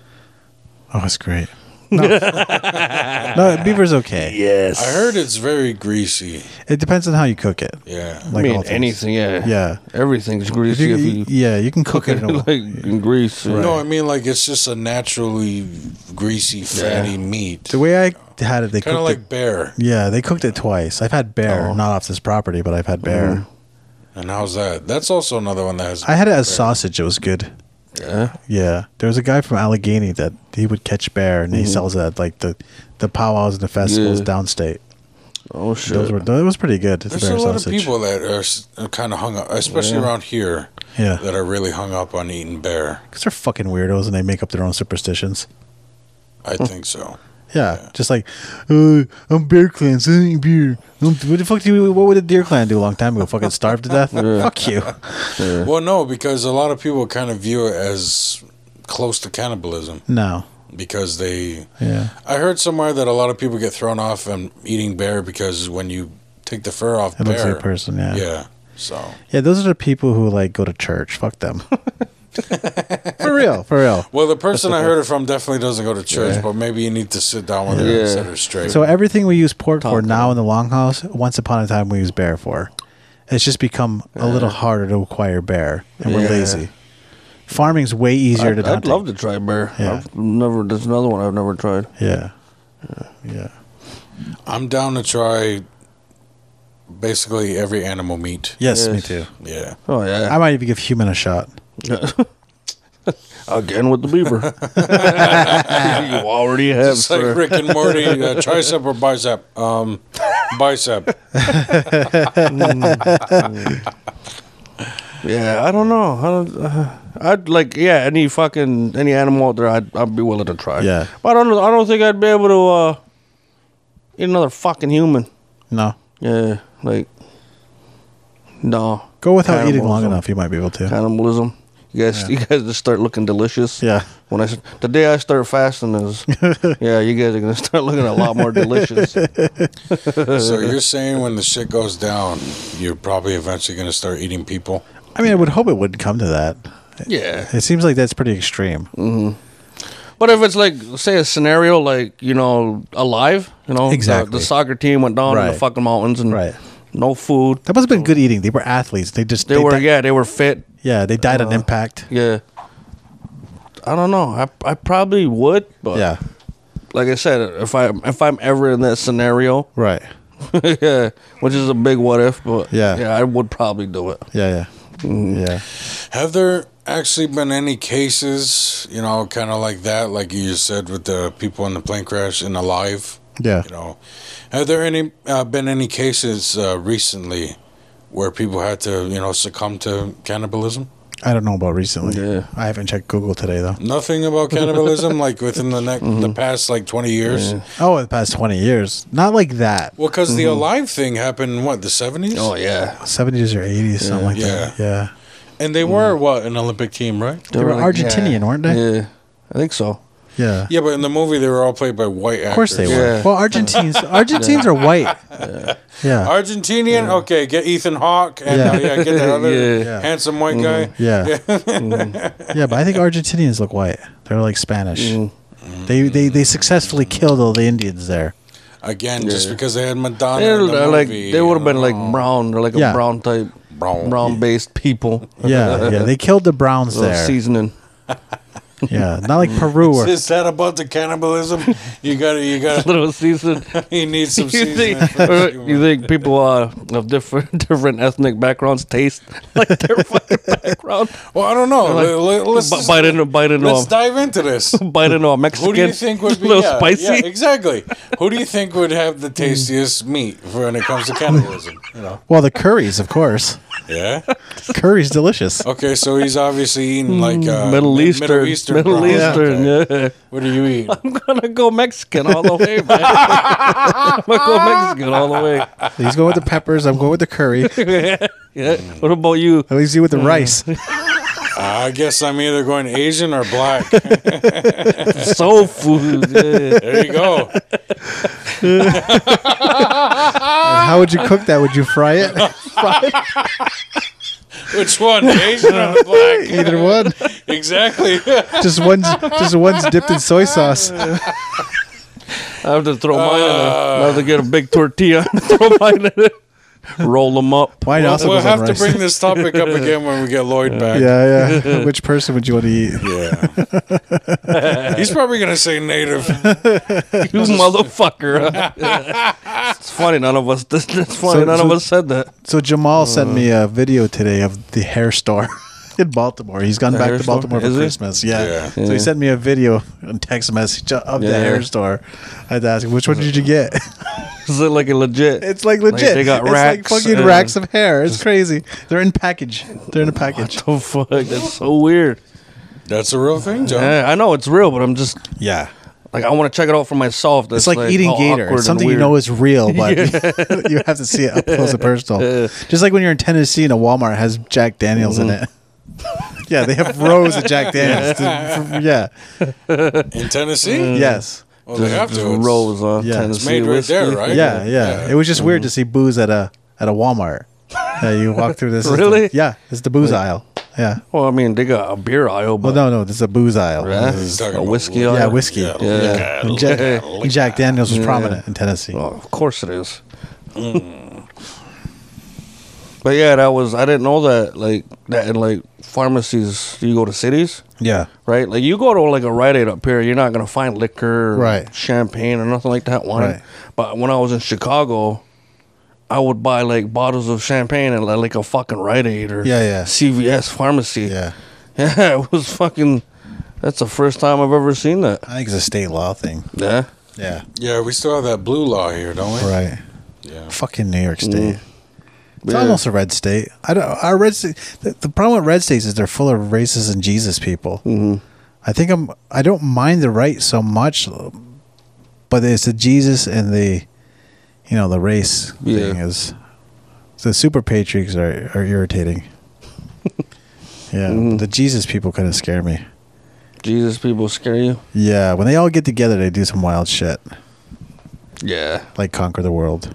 Oh, it's great. No, no beaver's okay.
Yes.
I heard it's very greasy.
It depends on how you cook it.
Yeah.
I
Like all
mean,
things.
anything. Yeah.
Yeah.
Everything's
If
greasy
you-
if you
yeah, you can cook
cook
it.
it
in a-
like in grease.
No, I mean like it's just a naturally greasy, fatty
Yeah.
meat.
the way I had it, they cooked
Kind of
it.
like bear.
Yeah, they cooked it twice. I've had bear, not off this property, but I've had bear.
And how's that? That's also another one that has.
I had it as sausage. It was good.
Yeah.
Yeah, there was a guy from Allegheny that he would catch bear, and he
Mm-hmm.
sells it at like the the powwows and the festivals
Yeah.
downstate.
Oh shit.
Those were that was pretty good. It's
There's
bear
a lot
sausage.
of people that are, s- are kind of hung up, especially around here,
Yeah.
that are really hung up on eating bear.
because they're fucking weirdos and they make up their own superstitions.
I
Hmm.
think so.
Yeah, just like uh, I'm bear clan, so I don't eat beer. Um, What the fuck do you, what would a deer clan do a long time ago? Fucking starve to death? Fuck you.
Well, no, because a lot of people kind of view it as close to cannibalism
No.
because they.
Yeah.
I heard somewhere that a lot of people get thrown off on eating bear because when you take the fur off
It
bear,
looks like a person, yeah. yeah.
yeah. So
those are the people who like go to church. Fuck them. for real, for real.
Well, the person I heard it from definitely doesn't go to church, but maybe you need to sit down with her and
Yeah.
set her straight.
So everything we use pork for
Talk
now in the longhouse, once upon a time we used bear for. It's just become a little harder to acquire bear, and we're
Yeah.
lazy. Farming's way easier
I'd,
to.
I'd
hunting.
love to try bear.
Yeah.
I've never. There's another one I've never tried.
Yeah. Yeah.
I'm down to try basically every animal meat.
Yes,
Yes.
me too.
Yeah.
Oh yeah.
I might even give human a shot.
Again with the beaver. you already have,
It's like
sir.
Rick and Morty, uh, tricep or bicep? Um, bicep.
Yeah, I don't know. I don't, uh, I'd like yeah, any fucking any animal out there, I'd I'd be willing to try.
Yeah.
but I don't know- I don't think I'd be able to uh, eat another fucking human.
No.
Yeah, like no
Go without eating long
Cannibalism.
enough, you might be able to.
cannibalism. You guys, you guys just start looking delicious.
Yeah.
When I s- the day I start fasting is, yeah, you guys are gonna start looking a lot more delicious.
so you're saying when the shit goes down, you're probably eventually going to start eating people.
I mean, I would hope it wouldn't come to that.
yeah.
It seems like that's pretty extreme.
Mm. But if it's like, say, a scenario like you know, alive, you know, the-
Exactly.
the, soccer team went down in the
Right.
fucking mountains and
Right.
no food.
That must have been good eating. They were athletes. They just
They, were Uh-huh.
di-
yeah, they were fit.
yeah they died on impact.
Yeah, I don't know. I I probably would, but
Yeah,
like I said, if I if I'm ever in that scenario,
right.
yeah, which is a big what if, but
Yeah.
yeah, I would probably do it.
Yeah, yeah,
Mm.
yeah.
Have there actually been any cases, you know, kind of like that, like you just said with the people in the plane crash and alive?
Yeah.
You know, have there any uh, been any cases uh, recently where people had to, you know, succumb to cannibalism?
I don't know about recently.
Yeah.
I haven't checked Google today though.
Nothing about cannibalism, like within the neck, the past like twenty years. Well, 'cause
Oh, the past twenty years, not like that.
Well, because the alive thing happened what the seventies,
Mm-hmm. Oh yeah,
Seventies or eighties, something like that. Yeah,
and
Mm-hmm.
they were what an Olympic team, right?
They were Argentinian, weren't they?
Yeah, I think so.
yeah.
Yeah, but in the movie they were all played by white actors.
Of course they were.
Yeah.
Well, Argentines, Argentines are white. Yeah,
Argentinian? Okay, get Ethan Hawke and yeah,
Yeah.
uh, yeah get that other
Yeah. Mm-hmm.
Yeah.
handsome white guy.
yeah, Mm-hmm. yeah. But I think Argentinians look white. They're like Spanish.
Mm.
They they they successfully killed all the Indians there.
Again, just because they had Madonna
They're
in the
like
movie,
they
you
would have been
know.
like brown. They're like a
Yeah.
brown type,
Brown.
brown based people.
Yeah, yeah. They killed the Browns
Little
there.
seasoning.
Yeah, not like Peru or
Is that about the cannibalism? you gotta, you gotta.
Little season.
He needs
you
some seasoning.
think
for
or you think people uh, of different different ethnic backgrounds taste like their fucking background?
Well, I don't know.
Like,
Let- let's
b-
just-
bite into bite into
let's
a,
dive into this.
bite into a Mexican.
Who do you think would be
little
yeah,
spicy? Mm.
Yeah, exactly. Who do you think would have the tastiest meat for when it comes to cannibalism? You know.
well, the curries, of course.
Yeah.
Curry's delicious.
Okay, so he's obviously eating like uh,
Mm, Middle
Mi-
Eastern,
Middle Eastern.
Middle
broth.
Eastern.
Okay.
Yeah.
What do you eat?
I'm gonna go Mexican all the way, man. I'm gonna go Mexican all the way.
He's going with the peppers. I'm going with the curry.
Yeah. What about you?
At least you with the rice.
I guess I'm either going Asian or black.
Soul food. Yeah.
There you go.
How would you cook that? Would you fry it?
Which one, Asian or the black?
Either one.
Exactly.
Just one's just one's dipped in soy sauce.
I have to throw mine in
Uh.
it. I have to get a big tortilla and throw mine in it. Roll them up.
Mine
We'll,
also
we'll
goes on
have to
rice.
bring this topic up again when we get Lloyd back.
yeah, yeah. Which person would you want to eat?
Yeah. He's probably going to say native.
You motherfucker. it's funny none of us it's funny
So-
none of
so-
us said that.
So Jamal sent me a video today of the hair store in Baltimore. He's gone back
hair
to
store?
Baltimore for
Is he?
Christmas. Yeah.
Yeah.
So he sent me a video and text message of the
Yeah.
hair store. I had to ask him, which one did you get?
Is it like a legit
It's like legit.
they got
it's
racks
like fucking
and-
racks of hair. It's crazy. They're in package. They're in a package.
the Oh, fuck? That's so weird.
That's a real thing, John.
Yeah, I know it's real, but I'm just
Yeah.
like I want to check it out for myself. That's
It's like, eating
all
gator.
awkward
It's
and
something you
weird.
know is real, but you have to see it up close and personal. Just like when you're in Tennessee and a Walmart has Jack Daniels in it. yeah, they have rows of Jack Daniels. to- yeah.
In Tennessee?
Mm.
Yes.
Well, they have to. It's
Rose on
Yeah.
Tennessee
It's
made right
whiskey.
there, right?
Yeah, yeah. It was just weird to see booze at a at a Walmart. Yeah, you walk through this. it's the-
Really?
yeah, it's the booze aisle. Yeah.
Well, I mean, they got a beer aisle,
Well,
but
no, no, this is a booze aisle.
Yeah.
He's talking
a
about
whiskey
Lloyd.
aisle.
Yeah, whiskey.
Yeah.
And Jack, and Jack Daniels was prominent in Tennessee.
Oh, of course it is. Mm. but yeah, that was I didn't know that like that in like pharmacies you go to cities,
Yeah.
right? Like you go to like a Rite Aid up here, you're not gonna find liquor, or
Right.
Champagne or nothing like that. Wine.
Right.
But when I was in Chicago. I would buy like bottles of champagne and like a fucking Rite Aid or
Yeah, yeah.
CVS pharmacy.
Yeah.
Yeah, it was fucking. That's the first time I've ever seen that.
I think it's a state law thing.
Yeah.
Yeah.
Yeah, we still have that blue law here, don't we?
Right.
Yeah.
Fucking New York State. It's
Mm. Yeah.
almost a red state. I don't. Our red state. The, the problem with red states is they're full of racist and Jesus people.
Mm.
Mm-hmm. I think I'm. I don't mind the right so much, but it's the Jesus and the, you know, the race
Yeah.
thing is. The super patriots are are irritating. yeah,
Mm-hmm.
the Jesus people kind of scare me.
Jesus people scare you?
Yeah, when they all get together, they do some wild shit,
Yeah.
like conquer the world.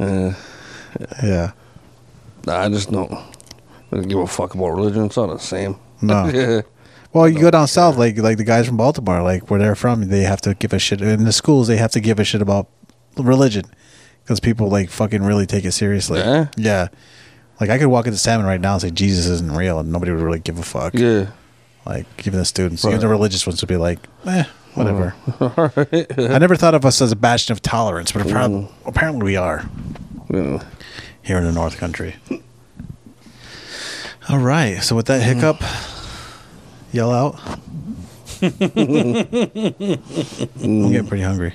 Uh,
Yeah.
nah, I just don't, I don't give a fuck about religion. It's all the same.
No.
yeah.
Well, you go down south, like like the guys from Baltimore, like where they're from, they have to give a shit in the schools. They have to give a shit about religion because people like fucking really take it seriously.
Yeah?
yeah. Like I could walk into Salmon right now and say Jesus isn't real, and nobody would really give a fuck.
Yeah.
Like even the students,
Right.
even the religious ones would be like, eh, whatever. I never thought of us as a bastion of tolerance, but apparently,
Mm.
apparently we are
Yeah.
here in the North Country. All right. So with that hiccup, yell out. I'm getting pretty hungry.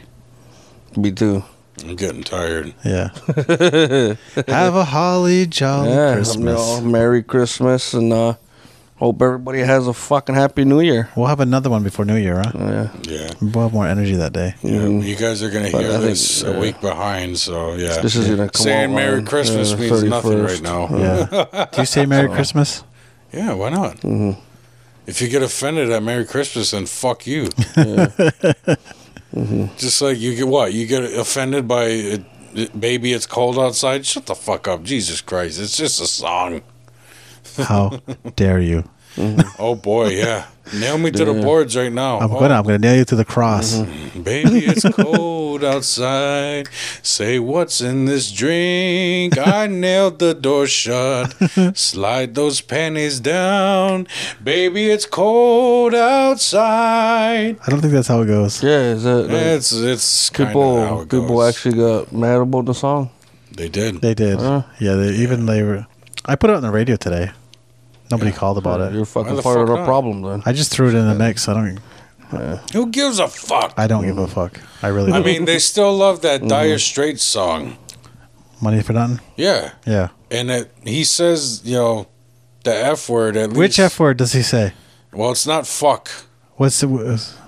Me too.
I'm getting tired.
Yeah. Have a holly jolly
yeah.
Christmas.
you know, Merry Christmas and uh, hope everybody has a fucking happy new year.
We'll have another one before New Year, huh?
Yeah.
Yeah.
We'll have more energy that day.
Yeah, you guys are gonna
But I
hear
think,
this
uh,
a week behind, so yeah.
This is gonna come
saying
out
Merry
on,
Christmas
uh,
means nothing
31st.
right now.
Yeah. Do you say Merry Christmas?
Yeah, why not?
Mm-hmm.
If you get offended at Merry Christmas, then fuck you.
Mm-hmm.
Just like you get what you get offended by, uh, baby, it's cold outside. Shut the fuck up, Jesus Christ! It's just a song.
How dare you?
Oh boy, yeah. Nail me to the boards right now.
I'm
Oh,
gonna I'm gonna nail you to the cross.
Mm-hmm.
Baby, it's cold outside. Say what's in this drink. I nailed the door shut. Slide those panties down. Baby, it's cold outside.
I don't think that's how it goes.
Yeah. Is that, like,
It's it's kind of how
people
it goes.
people actually got mad about the song?
they did.
They did.
Huh?
yeah, they even they were I put it on the radio today. Nobody called about it.
You're
Why
fucking
the
part of
fuck
the
not?
problem then.
I just threw it in the mix. I don't.
Who gives a fuck?
I don't give
Mm.
a fuck. I really.
I
Don't.
mean, they still love
Mm-hmm.
that Dire Straits song.
money for nothing.
Yeah,
Yeah.
and it, he says you know the f word at
Which
least.
F word does he say?
Well, it's not fuck.
What's the?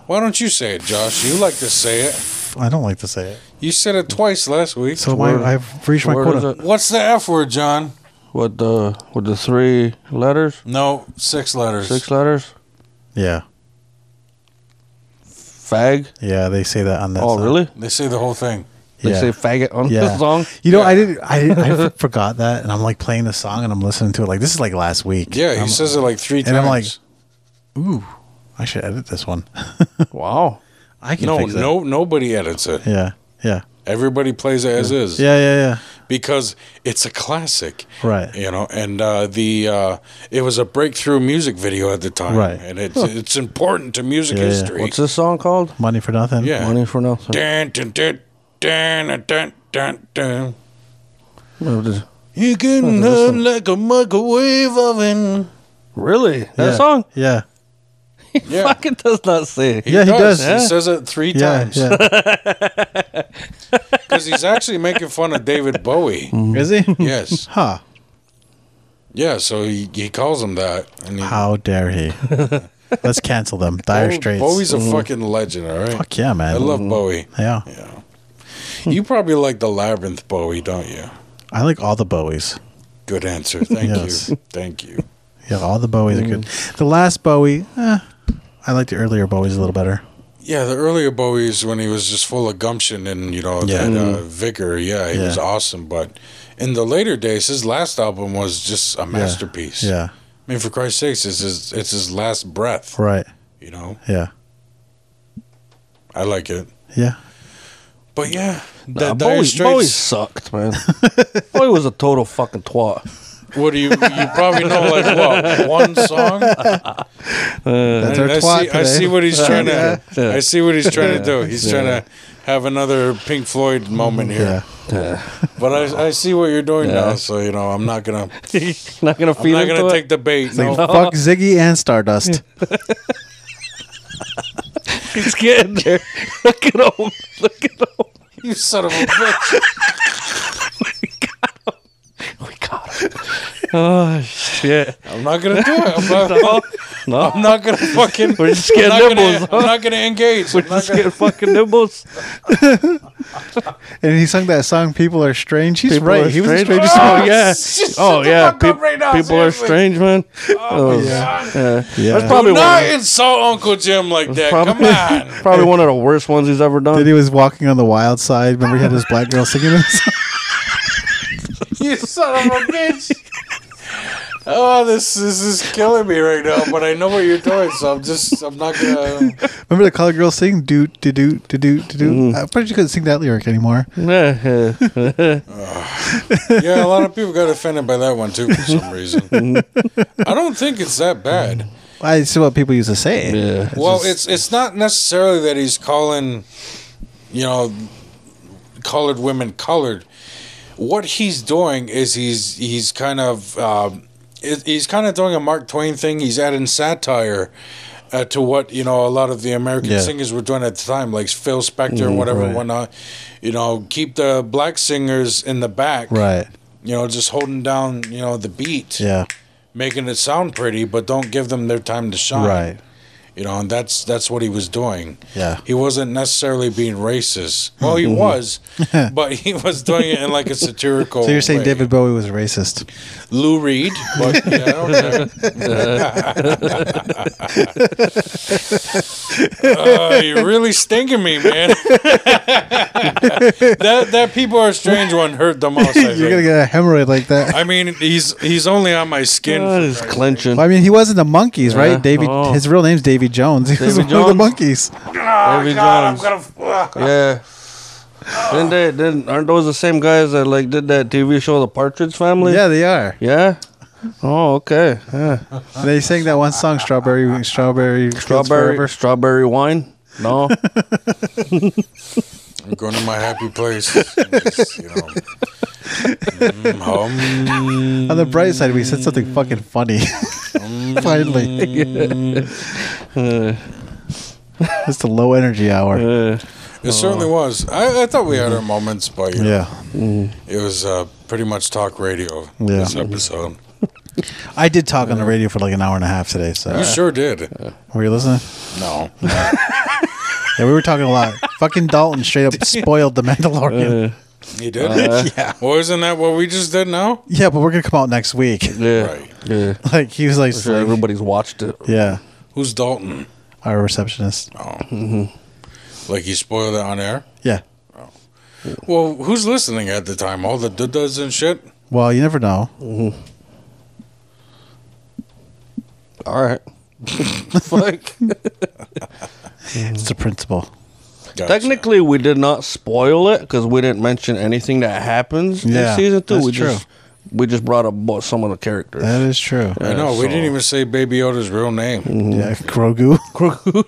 Why don't you say it, Josh? You like to say it.
I don't like to say it.
You said it twice last week.
So my,
word.
I've reached my
Where is
quota.
it?
What's the F word, John?
With the with the three letters,
No, six letters.
six letters,
Yeah.
fag.
Yeah. They say that on that.
oh,
song.
really?
They say the whole thing.
They
yeah.
say faggot on
yeah.
the song.
You know, I didn't. I, I f- forgot that, and I'm like playing the song, and I'm listening to it. Like this is like last week.
Yeah, he
I'm-
says it like three
and
times.
I'm like- Ooh, I should edit this one.
Wow.
I can.
no,
fix it.
no, nobody edits it.
Yeah. Yeah.
Everybody plays it as is.
Yeah. Yeah.
because it's a classic,
Right.
You know, and uh, the uh, it was a breakthrough music video at the time,
Right.
And it's it's important to music
Yeah, yeah.
history.
What's this song called?
Yeah. Money for nothing.
Yeah.
Money for nothing.
Dun, dun, dun, dun, dun, dun, dun.
No, this-
You can love like a microwave oven.
Really? That
yeah.
song?
Yeah.
Yeah,
Fucking does not say.
Yeah, he does.
He
Yeah.
says it three
Yeah.
times
Yeah.
because he's actually making fun of David Bowie.
Is he?
Yes,
Huh.
yeah. So he, he calls him that. And he,
How dare he? Let's cancel them. Dire
Bowie-
Straits. Mm.
Bowie's a fucking legend. All right,
Fuck yeah, Mm. man.
I love Bowie.
Yeah.
Yeah. You probably like the labyrinth, Bowie, don't you?
I like all the Bowies.
Good answer. Thank
Yes.
you. Thank you.
Yeah, all the Bowies are good.
Mm.
The last Bowie, eh, I like the earlier Bowies a little better.
Yeah, the earlier Bowie's when he was just full of gumption and you know
Yeah. Mm.
that uh, vigor. Yeah, he
Yeah.
was awesome. But in the later days, his last album was just a masterpiece.
Yeah,
I mean, for Christ's sakes, it's his it's his last breath.
right.
You know,
Yeah,
I like it.
yeah.
But yeah,
Nah,
the Dire
Bowie, Bowie
Straits.
sucked, man. Bowie was a total fucking twat.
What do you you probably know like what one song?
That's our
I,
twat
see, I
today.
see what he's trying to.
eh? Yeah.
I see what he's trying to do. He's trying to have another Pink Floyd moment here.
Yeah,
But I, I see what you're doing now, so you know I'm not gonna.
not gonna
I'm
feed
not
into
gonna
it.
take the bait. No.
fuck Ziggy and Stardust.
It's getting there. Look at him. Look at him.
you son of a bitch.
We got him. Oh shit!
I'm not gonna do it. I'm not,
No, no.
I'm not gonna fucking.
We're just getting
I'm not gonna-
nibbles,
I'm not gonna engage.
We're
I'm not
just getting fucking nibbles.
And he sung that song, People Are Strange. He's
People
right.
are
He was a
strange.
strange.
Oh yeah.
Shut
Oh
the
yeah.
fuck up
Peop-
right now,
people are
seriously.
strange, man. Oh,
God.
yeah.
Yeah.
That's
Do
probably
not
one.
insult Uncle Jim like that. Come
Probably,
on.
probably one of the worst ones he's ever
Then
done.
he was walking on the wild side. Remember, he had his black girl singing this?
you son of a bitch. Oh, this, this is killing me right now, but I know what you're doing, so I'm just, I'm not gonna.
Remember the color girl sing do do do do do do do.
Mm.
I bet you couldn't sing that lyric anymore.
Yeah, a lot of people got offended by that one too for some reason. I don't think it's that bad.
I see what people used to say.
Yeah.
Well, it's it's not necessarily that he's calling, you know, colored women colored. What he's doing is he's he's kind of um, it, he's kind of doing a Mark Twain thing. He's adding satire. Uh, to what you know, a lot of the American
Yeah. Mm,
singers were doing at the time, like Phil Spector, whatever,
right.
whatnot. You know, keep the black singers in the back,
Right.
You know, just holding down, you know, the beat,
Yeah.
making it sound pretty, but don't give them their time to shine
Right.
you know, and that's that's what he was doing.
Yeah.
he wasn't necessarily being racist. Well, he was, but he was doing it in like a satirical.
So you're saying
way.
David Bowie was racist?
Lou Reed? But, yeah, okay. Uh, you're really stinking me, man. that that people are strange one hurt the most. I,
You're
think.
gonna get a hemorrhoid like that.
I mean, he's he's only on my skin.
God, it's clenching.
Well, I mean, he was in the monkeys,
Yeah.
right? David.
Oh.
His real name's Davy Jones. He was
Davy
one of the
Jones?
monkeys.
Davy Jones. Yeah. Didn't they? Didn't, aren't those the same guys that like did that TV show, The Partridge Family?
Yeah, they are.
Yeah. Oh, okay. Yeah.
They sang that one song, "Strawberry, Strawberry, Fields
Strawberry,
Forever."
strawberry wine. No.
I'm going to my happy place. And it's, you know, mm, hum.
On the bright side, we said
Mm.
something fucking funny. Finally, it's the low energy hour.
Uh,
Oh.
It certainly was. I, I thought we had our moments, but you know, it was uh, pretty much talk radio
Yeah.
this episode.
I did talk on the radio for like an hour and a half today. So
You sure did.
were you listening?
No.
Yeah, we were talking a lot. Fucking Dalton straight up spoiled the Mandalorian.
You did?
Uh-huh.
yeah. Well, isn't that what we just did now?
yeah, but we're gonna come out next week.
yeah.
Right.
Yeah.
Like he was like,
Sure, everybody's watched it.
yeah,
Who's Dalton?
our receptionist.
Like you spoiled it on air?
Yeah.
Well, who's listening at the time? All the dudas and shit?
Well, you never know.
All right. Fuck.
It's the principle.
Gotcha.
Technically, we did not spoil it because we didn't mention anything that happens
Yeah,
in season two.
that's
we
true.
just we just brought up bo- some of the characters.
That is true. Mm-hmm.
I know. We didn't even say Baby Yoda's real name.
Yeah, Grogu. Grogu.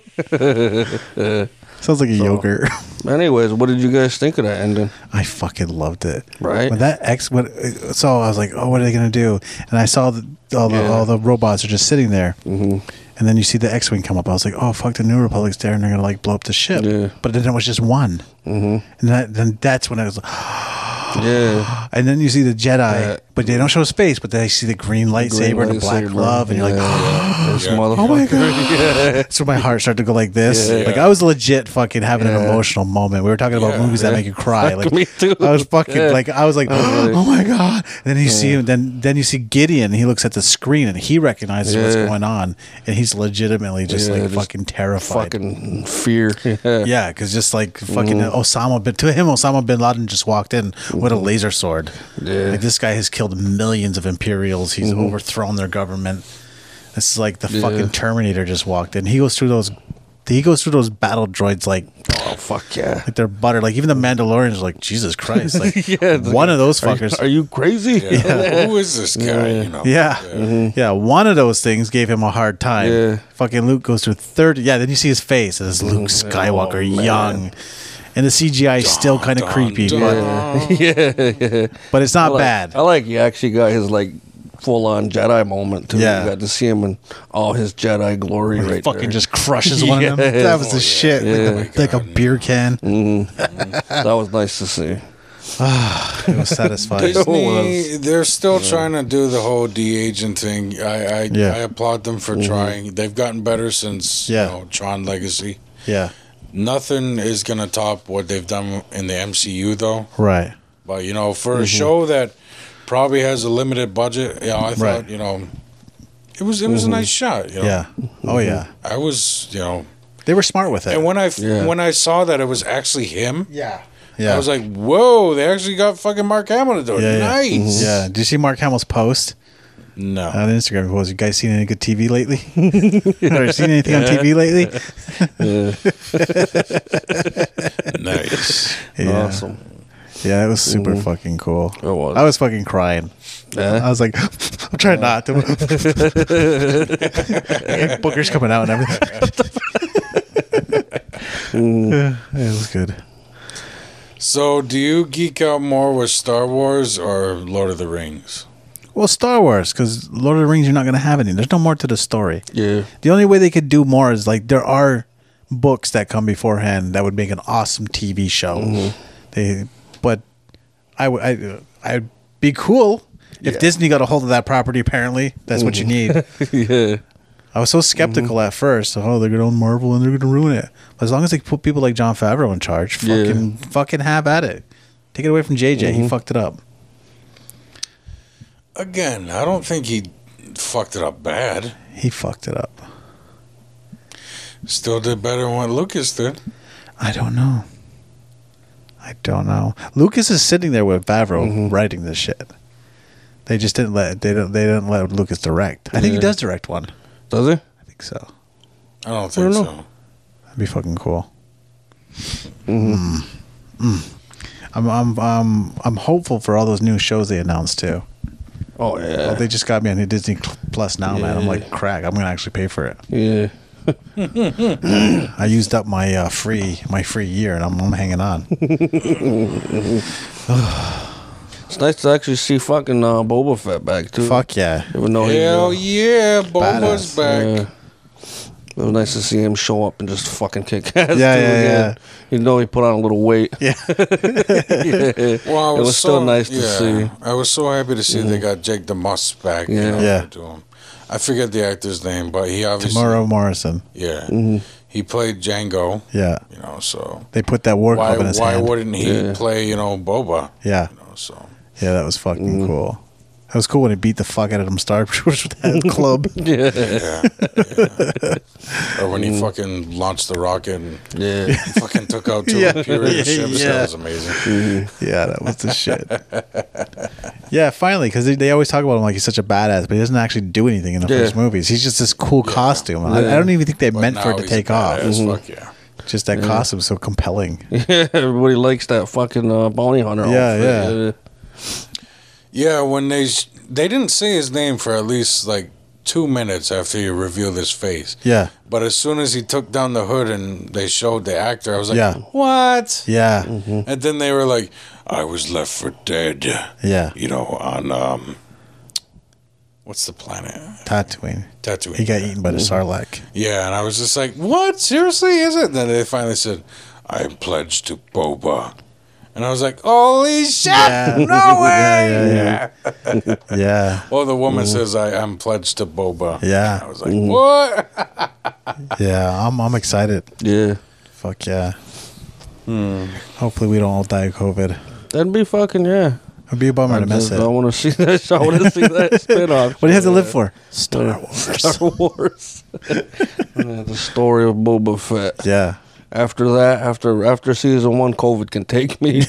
Sounds like a yogurt.
Anyways, what did you guys think of that ending?
I fucking loved it.
Right.
When that X, when so I was like, oh, what are they gonna do? And I saw the, all the
Yeah.
all the robots are just sitting there. Mm-hmm. And then you see the X wing come up. I was like, oh fuck, the New Republic's there, and they're gonna like blow up the ship.
Yeah.
But then it was just one. Mm-hmm. And that, then that's when I was. like,
Yeah,
And then you see the Jedi,
Yeah.
but they don't show his face. But they see the green lightsaber and the black
lightsaber.
glove, and you're like,
Yeah, this
Yeah.
motherfucker.
Oh my god! so my heart started to go like this.
Yeah.
Like I was legit fucking having an
Yeah.
emotional moment. We were talking about
Yeah.
movies that make you cry.
Fuck
Like
me too.
I was fucking
Yeah.
like I was like,
was like-
oh my god! And then you see him. Then then you see Gideon. He looks at the screen and he recognizes what's
Yeah.
going on, and he's legitimately just
Yeah,
like
just
fucking terrified.
Fucking fear. Yeah. Mm-hmm.
yeah, because just like fucking Osama bin to him, Osama bin Laden just walked in with a laser sword.
Yeah. Mm-hmm.
Like this guy has killed millions of Imperials. He's overthrown their government. This is like the fucking Terminator just walked in. He goes through those. He goes through those battle droids like
Oh fuck yeah.
like they're butter. Like even the Mandalorians, are like Jesus Christ, like
Yeah, it's
one of those
Are you,
fuckers.
are you crazy?
Yeah. Who is this guy? You know.
yeah. Yeah, one of those things gave him a hard time.
Mm-hmm. Yeah. Mm-hmm.
Fucking Luke goes through 30. Yeah, then you see his face as
Oh,
Luke Skywalker,
man.
young. And the CGI is still kind of
Dun,
creepy,
dun.
but
yeah, yeah.
But it's
I
not
like,
bad.
I like you actually got his like full on Jedi moment too.
Yeah.
You got to see him in all his Jedi glory
He
right
fucking
there.
just crushes one of them.
Yeah.
That was the
Oh, yeah.
shit. Like, a,
Yeah.
like a beer can.
that was nice to see.
It was satisfying.
Disney, they're still trying to do the whole de-aging thing. I I,
Yeah.
I applaud them for trying. They've gotten better since
Yeah.
you know, Tron Legacy.
yeah.
Nothing is gonna top what they've done in the MCU though.
Right.
But you know,
Mm-hmm.
for a show that probably has a limited budget, yeah, I thought
Right. Mm-hmm.
you know, it was it was a nice shot. You know?
Yeah. Oh yeah.
I was you know,
They were smart with it.
and when I f-
Yeah.
when I saw that it was actually him,
yeah.
I
Yeah.
was like, whoa, they actually got fucking Mark Hamill to do it.
Yeah, Mm-hmm. yeah.
nice.
yeah. Did you see Mark Hamill's post
No.
on Instagram? Was you guys seen any good TV lately? or seen anything on TV lately?
nice.
Yeah.
Awesome.
Yeah, it was super fucking cool.
It was.
I was fucking crying. I
Yeah.
was like, I'm trying not to. Booker's coming out and everything. Yeah, it was good.
So, do you geek out more with Star Wars or Lord of the Rings?
Well, Star Wars, because Lord of the Rings, you're not going to have any. There's no more to the story.
Yeah.
The only way they could do more is like there are books that come beforehand that would make an awesome TV show.
Mm-hmm.
They, but I would, I, I'd be cool if
Yeah. Mm-hmm.
Disney got a hold of that property. Apparently, that's what you need.
Yeah.
I was so skeptical
Mm-hmm.
at first. Oh, they're going to own Marvel and they're going to ruin it. But as long as they put people like John Favreau in charge,
Yeah. Mm-hmm.
fucking, fucking have at it. Take it away from JJ. He fucked it up.
Again, I don't think he fucked it up bad.
He fucked it up.
Still did better than what Lucas did.
I don't know. I don't know. Lucas is sitting there with Favreau
Mm-hmm.
writing this shit. They just didn't let they didn't they didn't let Lucas direct. I think he
Yeah.
does direct one.
Does it?
I think so.
I don't think
don't
so.
That'd be fucking cool.
Mm-hmm.
Mm. Mm. I'm I'm um I'm hopeful for all those new shows they announced too.
Oh
Well,
yeah.
they just got me on Disney Plus now, man. I'm
Yeah.
like, crack. I'm gonna actually pay for it.
Yeah.
I used up my uh, free my free year, and I'm, I'm hanging on.
It's nice to actually see fucking uh, Boba Fett back too.
Fuck yeah.
Even though he,
Hell
uh,
yeah, Boba's
Badass.
back.
It was nice to see him show up and just fucking kick ass.
Yeah,
too,
yeah,
again. You know he put on a little weight.
Yeah.
Yeah.
Well, I
it was still nice to see.
I was so happy to see they got Jake the Moss back.
Yeah.
Yeah.
to him. I forget the actor's name, but he obviously
Tomorrow Morrison.
Yeah,
Mm-hmm.
he played Django.
Yeah.
You know, so
They put that war
why
club in his
why
hand.
wouldn't he
Yeah.
play? You know, Boba.
yeah.
You know, so
Yeah, that was
Mm-hmm.
fucking cool. That was cool when he beat the fuck out of them Startroopers with that club.
Yeah.
yeah, yeah. or when
Mm.
he fucking launched the rocket and
Yeah.
fucking took out two
Yeah.
Imperial
Yeah,
ships.
yeah.
That was amazing.
Yeah, that was the shit. yeah, finally, because they, they always talk about him like he's such a badass, but he doesn't actually do anything in the
Yeah.
first movies. He's just this cool costume. I, I don't even think they
But
meant for
now
it to
he's a
take off. Mm-hmm.
badass, Fuck yeah.
Just that costume's so compelling.
Everybody likes that fucking uh, bounty hunter.
Yeah,
outfit.
Yeah, when they sh- they didn't say his name for at least like two minutes after you revealed his face.
Yeah,
But as soon as he took down the hood and they showed the actor, I was like,
Yeah. Mm.
"What?"
yeah,
And then they were like, "I was left for dead."
yeah.
You know, on um, what's the planet?
Tatooine.
Tatooine.
He got eaten by
Mm-hmm.
the Sarlacc.
Yeah, and I was just like, "What? Seriously? Is it?" And then they finally said, "I pledge to Boba," and I was like, "Holy shit!
Yeah.
Ah, No way!"
Yeah, yeah, yeah. Yeah,
Well, the woman says, I, "I'm pledged to Boba."
Yeah.
I was like, "What?"
yeah. I'm I'm excited.
Yeah.
Fuck yeah.
Hmm.
Hopefully we don't all die of COVID.
That'd be fucking yeah.
It'd be a bummer to miss
Just-
it.
I want to see that. I want to see that spin off.
What do you have to live for? Star Wars.
Star Wars. Yeah, the story of Boba Fett.
yeah.
After that, after after season one, COVID can take me.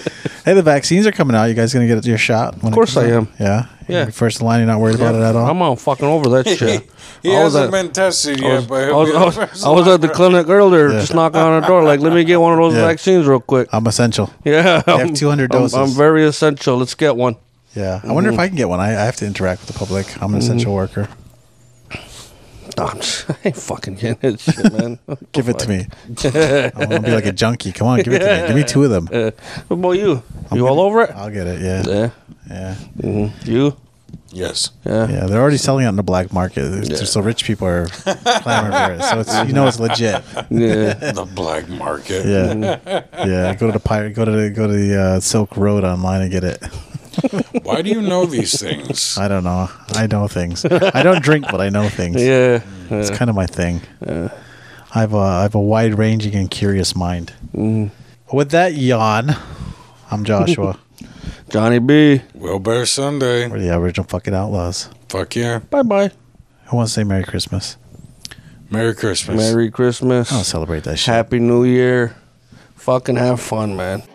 Hey, the vaccines are coming out. You guys gonna get your shot? Of
course I am.
Yeah. You're
Yeah.
gonna be First in line. You're not worried about it at all.
I'm on fucking over that shit.
he
I was
hasn't
at-
been tested
I
yet,
was,
but
I
he'll
was,
be
I was-
the first
I was at the
one.
clinic earlier,
Yeah.
just knocking on the door, like, let me get one of those
Yeah.
vaccines real quick.
I'm essential.
Yeah,
have
I'm-
200
I'm- I'm
doses.
very essential. Let's get one.
Yeah. I
Mm-hmm.
wonder if I can get one. I, I have to interact with the public. I'm an essential worker.
Nah, I'm just- I ain't fucking getting that shit, man.
Give it to me. I want to be like a junkie. Come on, give it to me. Give me two of them.
Uh, what about you? you all over it?
I'll get it. Yeah.
Yeah.
Yeah.
Mhm. You?
Yes.
Yeah.
Yeah, they're already selling it in the black market.
Yeah.
So rich people are clamoring for it. So it's you know it's legit.
Yeah.
The black market.
Yeah, yeah. Go to the pirate. Go to the go to the uh, Silk Road online and get it.
Why do you know these things?
I don't know. I know things. I don't drink, but I know things.
Yeah.
It's kind of my thing. I have a I have a wide ranging and curious mind. With that yawn, I'm Joshua.
Johnny B.
Wilbur Sunday.
We're the original fucking outlaws.
Fuck yeah.
Bye bye.
Who wants to say Merry Christmas?
Merry Christmas.
Oh,
Merry Christmas.
I don't celebrate that shit.
Happy New Year. Fucking have fun, man.